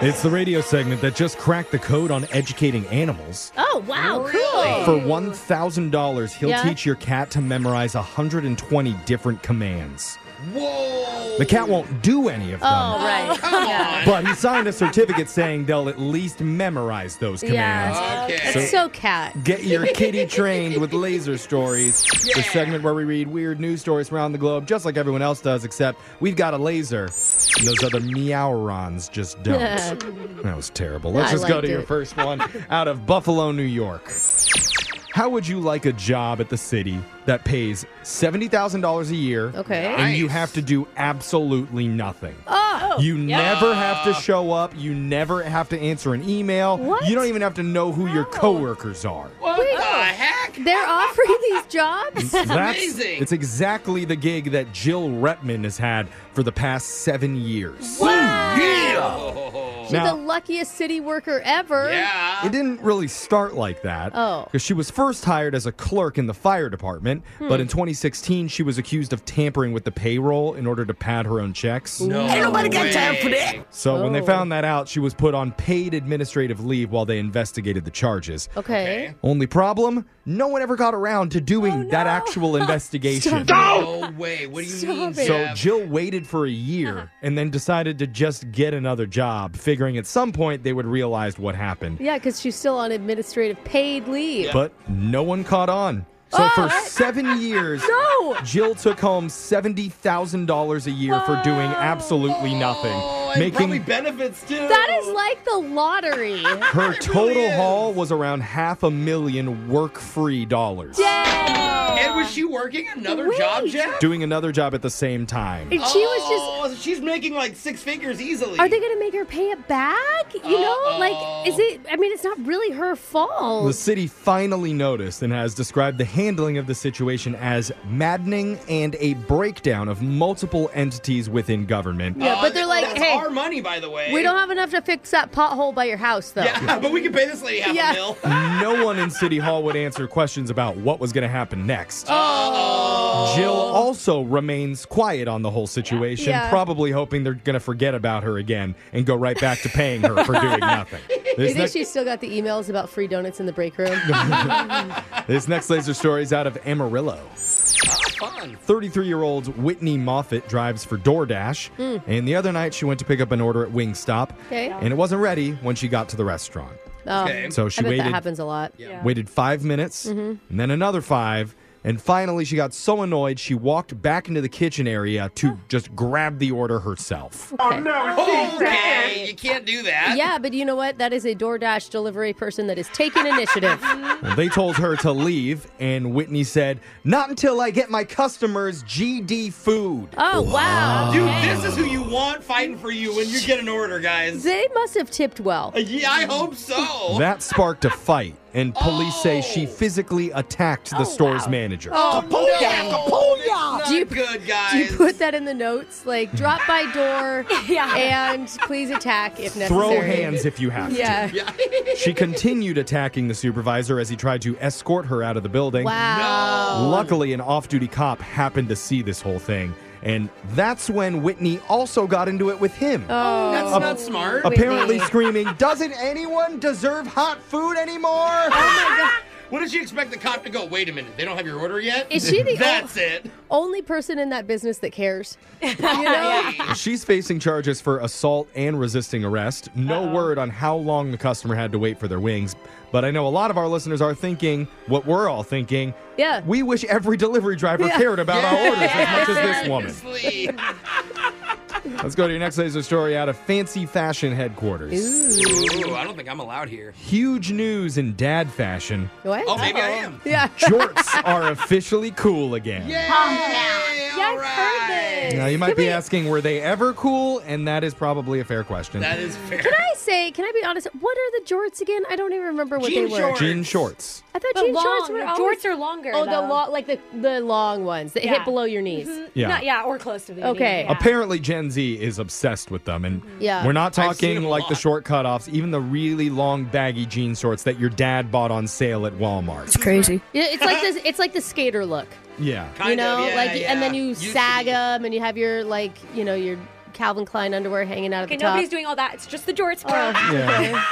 F: It's the radio segment that just cracked the code on educating animals.
G: Oh, wow, cool.
F: For $1,000, he'll
G: Yeah.
F: teach your cat to memorize 120 different commands.
G: Whoa.
F: The cat won't do any of them.
E: Oh.
G: right. Come on.
F: But he signed a certificate saying they'll at least memorize those commands.
E: That's so cat.
F: Get your kitty trained with laser stories. The segment where we read weird news stories from around the globe, just like everyone else does, except we've got a laser. And those other meowrons just don't. that was terrible. Let's
G: I
F: just go
G: liked
F: to your
G: it.
F: first one out of Buffalo, New York. How would you like a job at the city that pays $70,000 a year?
G: Okay.
F: And you have to do absolutely nothing.
G: Oh.
F: You never have to show up. You never have to answer an email. You don't even have to know who your coworkers are.
G: What the heck?
E: They're offering these jobs?
F: It's exactly the gig that Jill Repman has had for the past seven years.
E: She's
F: Now-
E: the luckiest city worker ever. Yeah.
F: It didn't really start like that.
E: Oh.
F: Because she was first hired as a clerk in the fire department,
E: Hmm.
F: but in 2016, she was accused of tampering with the payroll in order to pad her own checks.
G: No Ain't nobody got way. time for that.
F: So when they
G: Oh.
F: found that out, she was put on paid administrative leave while they investigated the charges.
E: Okay.
F: Only problem no one ever got around to doing
G: Oh,
F: that actual investigation.
G: No way. What do you mean?
F: So Jill waited for a year and then decided to just get another job, figuring at some point they would realize what happened.
E: Yeah, because she's still on administrative paid leave.
F: But no one caught on. So
G: Oh,
F: for seven years,
E: No!
F: Jill took home seventy thousand dollars a year for doing
G: Oh,
F: absolutely nothing, making
G: benefits too.
E: That is like the lottery.
F: her total haul was around half a million work-free dollars.
G: And was she working another job, Jeff?
F: Doing another job at the same time.
E: And she was just-
G: was just. She's making like six figures easily.
E: Are they going to make her pay it back? You know, like, is it? I mean, it's not really her
F: The
E: fault.
F: city finally noticed and has described the handling of the situation as maddening and a breakdown of multiple entities within government.
E: Yeah, but they're like,
G: Uh, that's
E: hey,
G: our money, by the way.
E: We don't have enough to fix that pothole by your house, though.
G: Yeah, but we can pay this lady half
E: Yeah.
G: a mil.
F: No one in City Hall would answer questions about what was going to happen next.
G: Oh.
F: Jill also remains quiet on the whole situation,
E: Yeah.
F: probably hoping they're going to forget about her again and go right back to paying her for doing nothing.
E: Do you
F: This
E: think
F: next,
E: she still got the emails about free donuts in the break room?
F: this next laser story is out of Amarillo. 33 year old Whitney Moffitt drives for DoorDash,
E: Mm.
F: and the other night she went to pick up an order at Wingstop,
E: Okay.
F: and it wasn't ready when she got to the restaurant.
E: Oh,
F: So she
E: I bet
F: waited-
E: that happens a lot.
F: Waited five minutes,
E: Mhm.
F: and then another five. And finally, she got so annoyed, she walked back into the kitchen area to just grab the order herself.
G: Oh no! Okay, you can't do that.
E: Yeah, but you know what? That is a DoorDash delivery person that is taking initiative.
F: Well, they told her to leave, and Whitney said, Not until I get my customers GD food.
E: Oh, wow.
G: Dude, this is who you want fighting for you when you get an order, guys.
E: They must have tipped well.
G: Uh, Yeah, I hope so.
F: That sparked a fight, and police say she physically attacked the store's manager.
G: Oh,
E: Do you-
G: good,
E: Do
G: guys.
E: you put that in the notes? Like, drop by door and please attack if necessary.
F: Throw hands if you have to.
E: Yeah.
F: She continued attacking the supervisor as he tried to escort her out of the building.
E: Wow. No.
F: Luckily, an off duty cop happened to see this whole thing. And that's when Whitney also got into it with him.
G: Oh, That's not smart.
F: Apparently,
G: Whitney.
F: screaming, Doesn't anyone deserve hot food anymore? Oh
G: my god! What did you expect the cop to go? Wait a minute, they don't have your order yet.
E: Is she the-
G: That's it.
E: Only person in that business that cares. You know?
F: She's facing charges for assault and resisting arrest. No word on how long the customer had to wait for their wings. But I know a lot of our listeners are thinking what we're all thinking.
E: Yeah.
F: We wish every delivery driver
E: Yeah.
F: cared about our orders as much as this woman.
G: Seriously.
F: Let's go to your next laser story out of Fancy Fashion Headquarters.
G: Ooh, I don't think I'm allowed here.
F: Huge news in dad fashion.
E: What?
G: Oh, maybe I am.
E: Yeah.
F: Jorts are officially cool again.
E: Yeah, I've heard this.
F: Now, you might be asking, were they ever cool? And that is probably a fair question.
G: That is fair.
E: Can I say, can I be honest? What are the jorts again? I don't even remember what
G: Jean
E: they were.
F: Jean shorts.
E: I thought
I: But
E: jean shorts
I: long.
E: were
I: Jorts
E: always...
I: are longer,
E: Oh, the
I: though.
E: long, like the, the long ones that
I: Yeah.
E: hit below your knees.
F: Yeah.
I: Not, yeah, or close to the
E: Okay.
I: knee, yeah.
F: Apparently, Gen Z is obsessed with them, and
E: Yeah.
F: we're not
E: I've seen
F: talking
E: 'em a
F: like the
E: lot.
F: short cutoffs, even the really long baggy jean shorts that your dad bought on sale at Walmart. It's
E: crazy. Yeah, it's like this. It's like the skater look,
F: Yeah,
E: you know, like, and then you sag them, and you have your like, you know, your Calvin Klein underwear hanging out of
I: Okay,
E: the top.
I: nobody's doing all that. It's just the jorts
E: Oh,
I: part.
F: Yeah.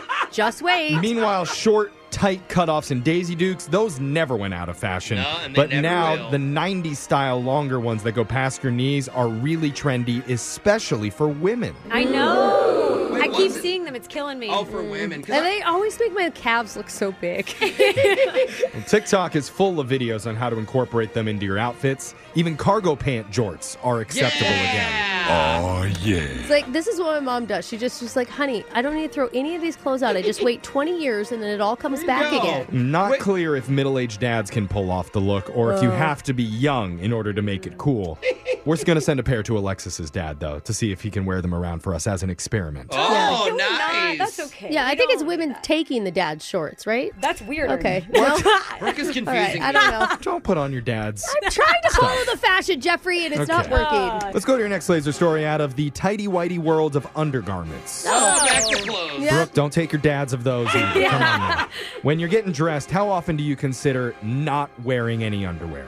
E: Just wait.
F: Meanwhile, short, tight cutoffs and Daisy Dukes, those never went out of fashion.
G: No, and they
F: but
G: never
F: now
G: will.
F: the 90s style longer ones that go past your knees are really trendy, especially for women.
I: I know.
G: Wait,
I: I
G: was
I: keep
G: it-
I: seeing them. It's killing me.
G: Oh, for women.
E: And they always make my calves look so big.
F: And TikTok is full of videos on how to incorporate them into your outfits. Even cargo pant jorts are acceptable again.
Q: Oh, yeah.
E: It's like this is what my mom does. She just was like, "Honey, I don't need to throw any of these clothes out. I just wait 20 years and then it all comes back again."
F: Not clear if middle aged dads can pull off the look or if you
E: Oh.
F: have to be young in order to make it cool. We're going to send a pair to Alexis's dad, though, to see if he can wear them around for us as an experiment.
G: Oh,
E: nice.
G: That's
E: okay. Yeah, I think it's women taking the dad's shorts, right?
I: That's weird.
E: Okay. Well,
G: Brooke is confusing.
E: all right, I don't know.
F: Don't put on your dad's.
E: I'm trying to follow the fashion, Jeffrey, and it's not
F: Okay.
E: working.
F: Let's go to your next laser story out of the tidy whitey world of undergarments.
G: Oh, back to clothes.
F: Brooke, don't take your dads of those. either. Come on now. When you're getting dressed, how often do you consider not wearing any underwear?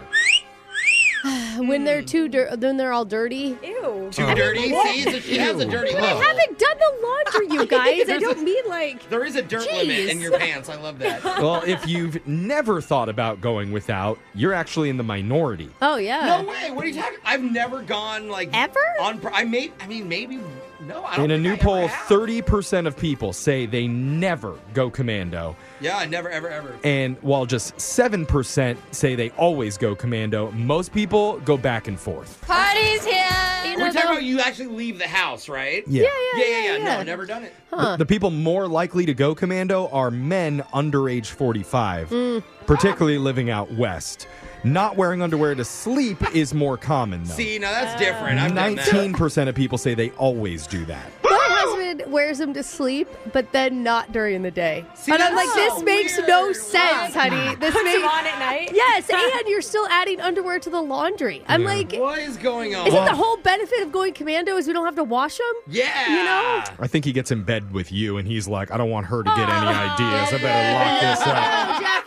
E: when they're too dir- then they're all dirty. Ew.
G: Too
F: Oh.
G: dirty? See, so she has a dirty
E: I
G: level.
E: haven't done the laundry, you guys. I
G: There's
E: don't
G: a-
E: mean like
G: There is a dirt limit in
E: Jeez.
G: your pants. I love that.
F: well, if you've never thought about going without, you're actually in the minority.
E: Oh yeah.
G: No way. What are you talking? I've never gone like
E: ever
G: on. pr- I may. I mean, maybe. No, I don't.
F: In a new poll, 30% of people say they never go commando.
G: Yeah, I never, ever, ever.
F: And while just 7% say they always go commando, most people go back and forth.
G: Party's here.
E: You
G: We're
E: know,
G: talking
E: though-
G: about you actually leave the house, right?
F: Yeah. Yeah,
G: yeah, yeah. yeah, No, never done it.
F: The- The, people more likely to go commando are men under age 45,
G: Hmm.
F: particularly living out west. Not wearing underwear to sleep is more common, though.
G: See, now
E: Uh,
G: that's different. I've done that.
F: 19% of people say they always do that.
E: My husband wears them to sleep, but then not during the day.
G: See,
E: and I'm
G: that's
E: like, this
G: so
E: makes no sense, honey. This
I: Puts
E: makes
I: them on at night?
E: Yes, and you're still adding underwear to the laundry. I'm
G: Yeah.
E: like,
G: what is going on?
E: Isn't the whole benefit of going commando is we don't have to wash them?
G: Yeah.
E: You know.
F: I think he gets in bed with you and he's like, I don't want her to get any
E: Ah.
F: ideas. I better lock this up.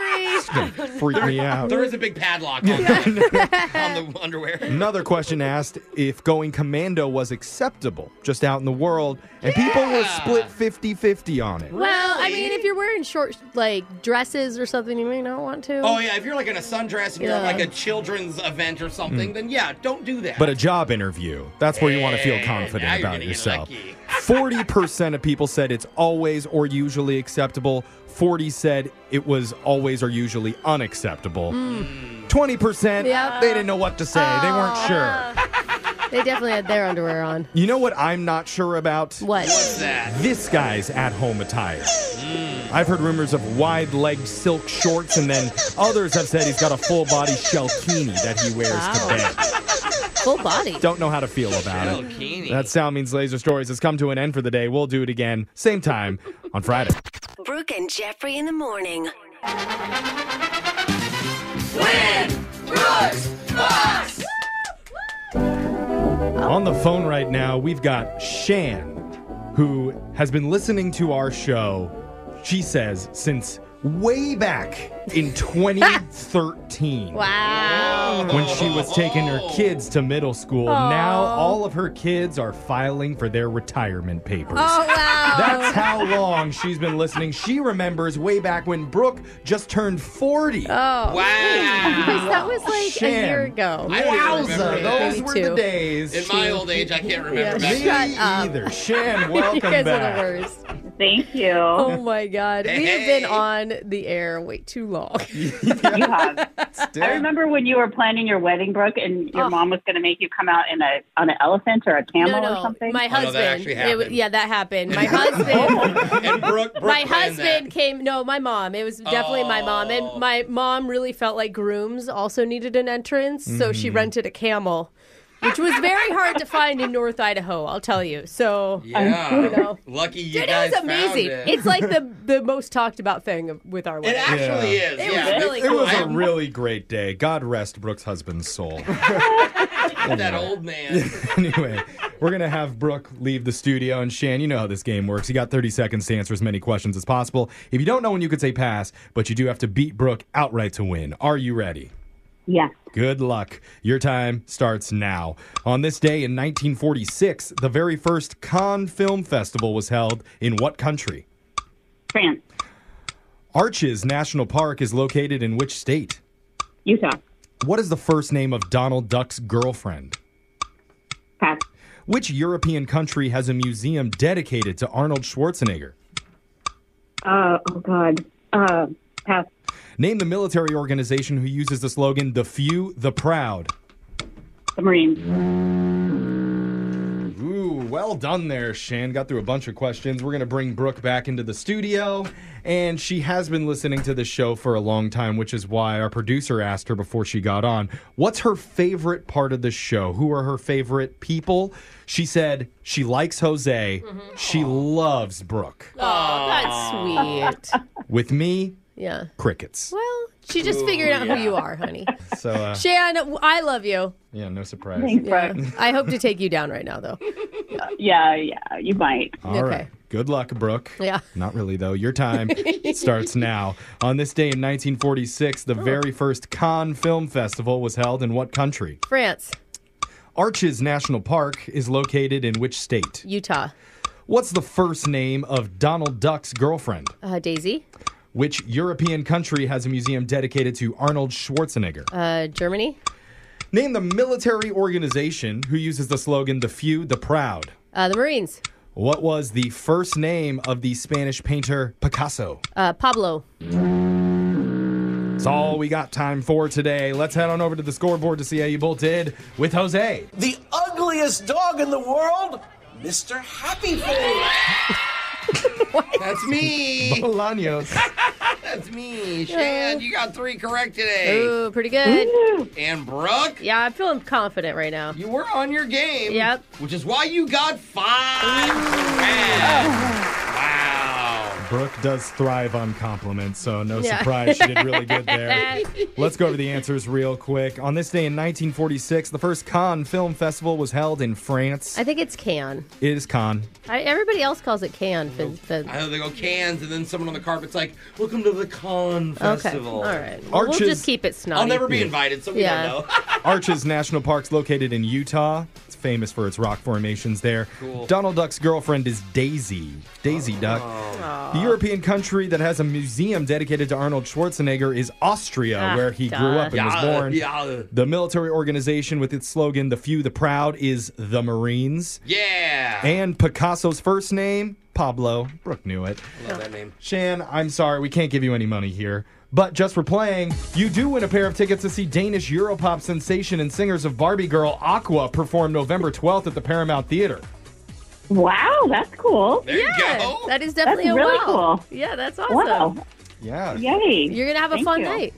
E: Oh, It's
F: gonna freak me out.
G: There is a big padlock on, that, on the underwear.
F: Another question asked if going commando was acceptable just out in the world, and people were split 50 50 on it.
E: Well, I mean, if you're wearing short like dresses or something, you may not want to.
G: Oh yeah, if you're like in a sundress and you're at
E: Yeah.
G: like a children's event or something,
F: Mm.
G: then yeah, don't do that.
F: But a job interview, that's where you want to feel
G: Yeah, now
F: confident
G: you're
F: about
G: gonna get
F: yourself. 40% of people said it's always or usually acceptable. 40 said it was always or usually unacceptable.
G: Hmm.
F: 20%
E: Yep.
F: they didn't know what to say. they weren't sure.
E: They definitely had their underwear on.
F: You know what I'm not sure about?
E: What? What's
G: that? Hmm.
F: This guy's at home attire. I've heard rumors of wide legged silk shorts, and then others have said he's got a full body shelkini that he wears to bed.
E: Full body.
F: Don't know how to feel about it. That sound means Laser Stories has come to an end for the day. We'll do it again, same time on Friday.
K: Brooke and Jeffrey in the morning.
F: On the phone right now, we've got Shan, who has been listening to our show, she says, since way back in 2013.
E: Wow.
F: When
G: Oh.
F: she was taking her kids to middle school, now
E: Aw.
F: all of her kids are filing for their retirement papers.
E: Oh wow.
F: That's how long she's been listening. She remembers way back when Brooke just turned 40.
E: Oh.
G: Wow.
E: that was like a year
F: Shan.
E: ago.
G: I don't even remember
F: Wowza,
G: that.
F: those were the days.
G: In my old age, I can't remember.
F: Me
G: back then.
F: either. Shan, welcome
E: you guys
F: back.
E: are the worst.
M: Thank you.
E: Oh my God. We have
M: Hey.
E: been on the air way too long.
M: I remember when you were planning your wedding, Brooke, and
E: Ah.
M: your mom was going to make you come out in a on an elephant or a camel
E: no, no.
M: or something. Oh,
E: My
M: no, that
E: husband.
M: actually
E: It wa-
M: happened.
E: yeah, that happened. My husband.
G: Oh. and Brooke, Brooke
E: my
G: planned
E: husband came. No, my mom. It was definitely my mom,
G: Oh.
E: and my mom really felt like grooms also needed an entrance, so she
G: Mm-hmm.
E: rented a camel, which was very hard to find in North Idaho. I'll tell you. So
G: that. Yeah.
E: you know.
G: Lucky you
E: Dude, it
G: guys
E: was amazing.
G: Found it.
E: It's like the the most talked about thing of- with our wedding.
G: actually
F: Yeah.
G: is.
E: It
G: yeah.
E: was really
F: It
E: cool.
F: was a really great day. God rest Brooke's husband's soul.
G: that old man.
F: anyway, we're going to have Brooke leave the studio. And Shan, you know how this game works. You got 30 seconds to answer as many questions as possible. If you don't know when you could say pass, but you do have to beat Brooke outright to win. Are you ready?
M: Yeah.
F: Good luck. Your time starts now. On this day in 1946, the very first Cannes Film Festival was held in what country?
M: France.
F: Arches National Park is located in which state?
M: Utah.
F: What is the first name of Donald Duck's girlfriend?
M: Pass.
F: Which European country has a museum dedicated to Arnold Schwarzenegger?
M: Uh, oh God. Uh, pass.
F: Name the military organization who uses the slogan "The Few, the Proud."
M: The Marines.
F: well done there, Shan. Got through a bunch of questions. We're going to bring Brooke back into the studio. And she has been listening to the show for a long time, which is why our producer asked her before she got on, What's her favorite part of the show? Who are her favorite people? She said she likes Jose. She loves Brooke.
D: Oh, that's sweet.
F: With me,
D: Yeah.
F: crickets.
D: Well, she just
F: Ooh,
D: figured out
F: yeah.
D: who you are, honey.
F: So, uh,
D: Shan, I love you.
F: yeah, no surprise.
D: Yeah. I hope to take you down right now, though.
H: Yeah, yeah, you might.
F: All right. Good luck, Brooke.
D: Yeah.
F: Not really, though. Your time starts now. On this day in 1946,
D: Oh.
F: the very first Cannes Film Festival was held in what country?
D: France,
F: Arches National Park is located in which state?
D: Utah,
F: What's the first name of Donald Duck's girlfriend?
D: uh, Daisy,
F: Which European country has a museum dedicated to Arnold Schwarzenegger?
D: uh, Germany,
F: Name the military organization who uses the slogan the few, the proud.
D: uh, the Marines,
F: What was the first name of the Spanish painter Picasso?
D: uh, Pablo.
F: It's all we got time for today. Let's head on over to the scoreboard to see how you both did with Jose.
G: The ugliest dog in the world, Mr. Happy Face. That's me.
F: Bolaños.
G: That's me. Shan, you got three correct today.
D: Ooh, pretty good.
G: And Brooke?
D: Yeah, I'm feeling confident right now.
G: You were on your game.
D: Yep.
G: Which is why you got five.
E: Oh.
G: correct. Wow.
F: Brooke does thrive on compliments, so no
G: Yeah.
F: surprise she did really good there. Let's go over the answers real quick. On this day in 1946, the first Cannes Film Festival was held in France.
D: I think it's Can.
F: It is Cannes.
D: I, everybody else calls it Can. Fin- fin-
G: I know they go cans, and then someone on the carpet's like, "Welcome to the con
D: okay.
G: festival."
D: All right. Well, we'll
F: Arches-
D: just keep it snobby.
G: I'll never be invited, so we
D: Yeah.
G: don't know.
F: Arches National Park's located in Utah. It's famous for its rock formations there.
G: Cool.
F: Donald Duck's girlfriend is Daisy. Daisy Duck.
G: Oh.
F: The European country that has a museum dedicated to Arnold Schwarzenegger is Austria,
G: Ah,
F: where he
G: duh.
F: grew up and was
G: Yeah,
F: born.
G: yeah.
F: The military organization with its slogan, The Few, the Proud, is the Marines.
G: Yeah.
F: And Picasso's first name, Pablo. Brooke knew it.
G: I love that name.
F: Shan, I'm sorry, we can't give you any money here. But just for playing, you do win a pair of tickets to see Danish Europop sensation and singers of Barbie Girl Aqua perform November 12th at the Paramount Theater.
H: Wow, that's cool.
D: yeah, that is definitely
H: That's
D: a
H: really
D: wow.
H: cool.
D: Yeah, that's awesome.
H: Wow.
F: Yeah.
H: Yay.
D: You're gonna have a
H: Thank
D: fun
H: you.
D: night.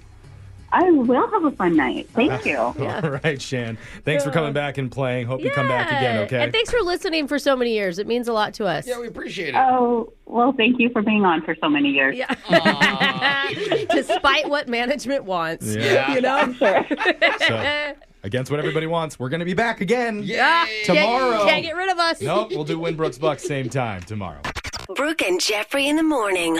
H: I will have a fun night. Thank you.
F: All right, Shan. Thanks for coming back and playing. Hope you come back again,
D: Yeah.
F: okay?
D: And thanks for listening for so many years. It means a lot to us.
G: Yeah, we appreciate
H: Oh, well, thank you for being on for so many years.
D: Yeah. Despite what management wants.
F: Yeah.
D: You know?
H: Sure.
F: So- Against what everybody wants, we're going to be back again
D: Yeah.
F: tomorrow.
K: Can't- can't get rid of us.
F: Nope, we'll do Winbrooks Bucks same time tomorrow.
K: Brooke and Jeffrey in the morning.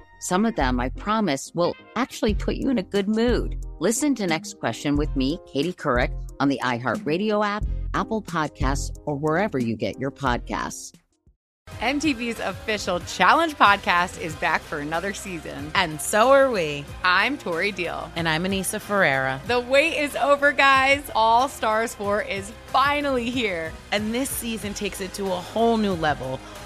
J: Some of them, I promise, will actually put you in a good mood. Listen to Next Question with me, Katie Couric, on the iHeartRadio app, Apple Podcasts, or wherever you get your podcasts.
B: MTV's official challenge podcast is back for another season. And so are we. I'm Tori Deal.
C: And I'm Anissa Ferreira.
B: The wait is over, guys. All Stars 4 is finally here.
C: And this season takes it to a whole new level.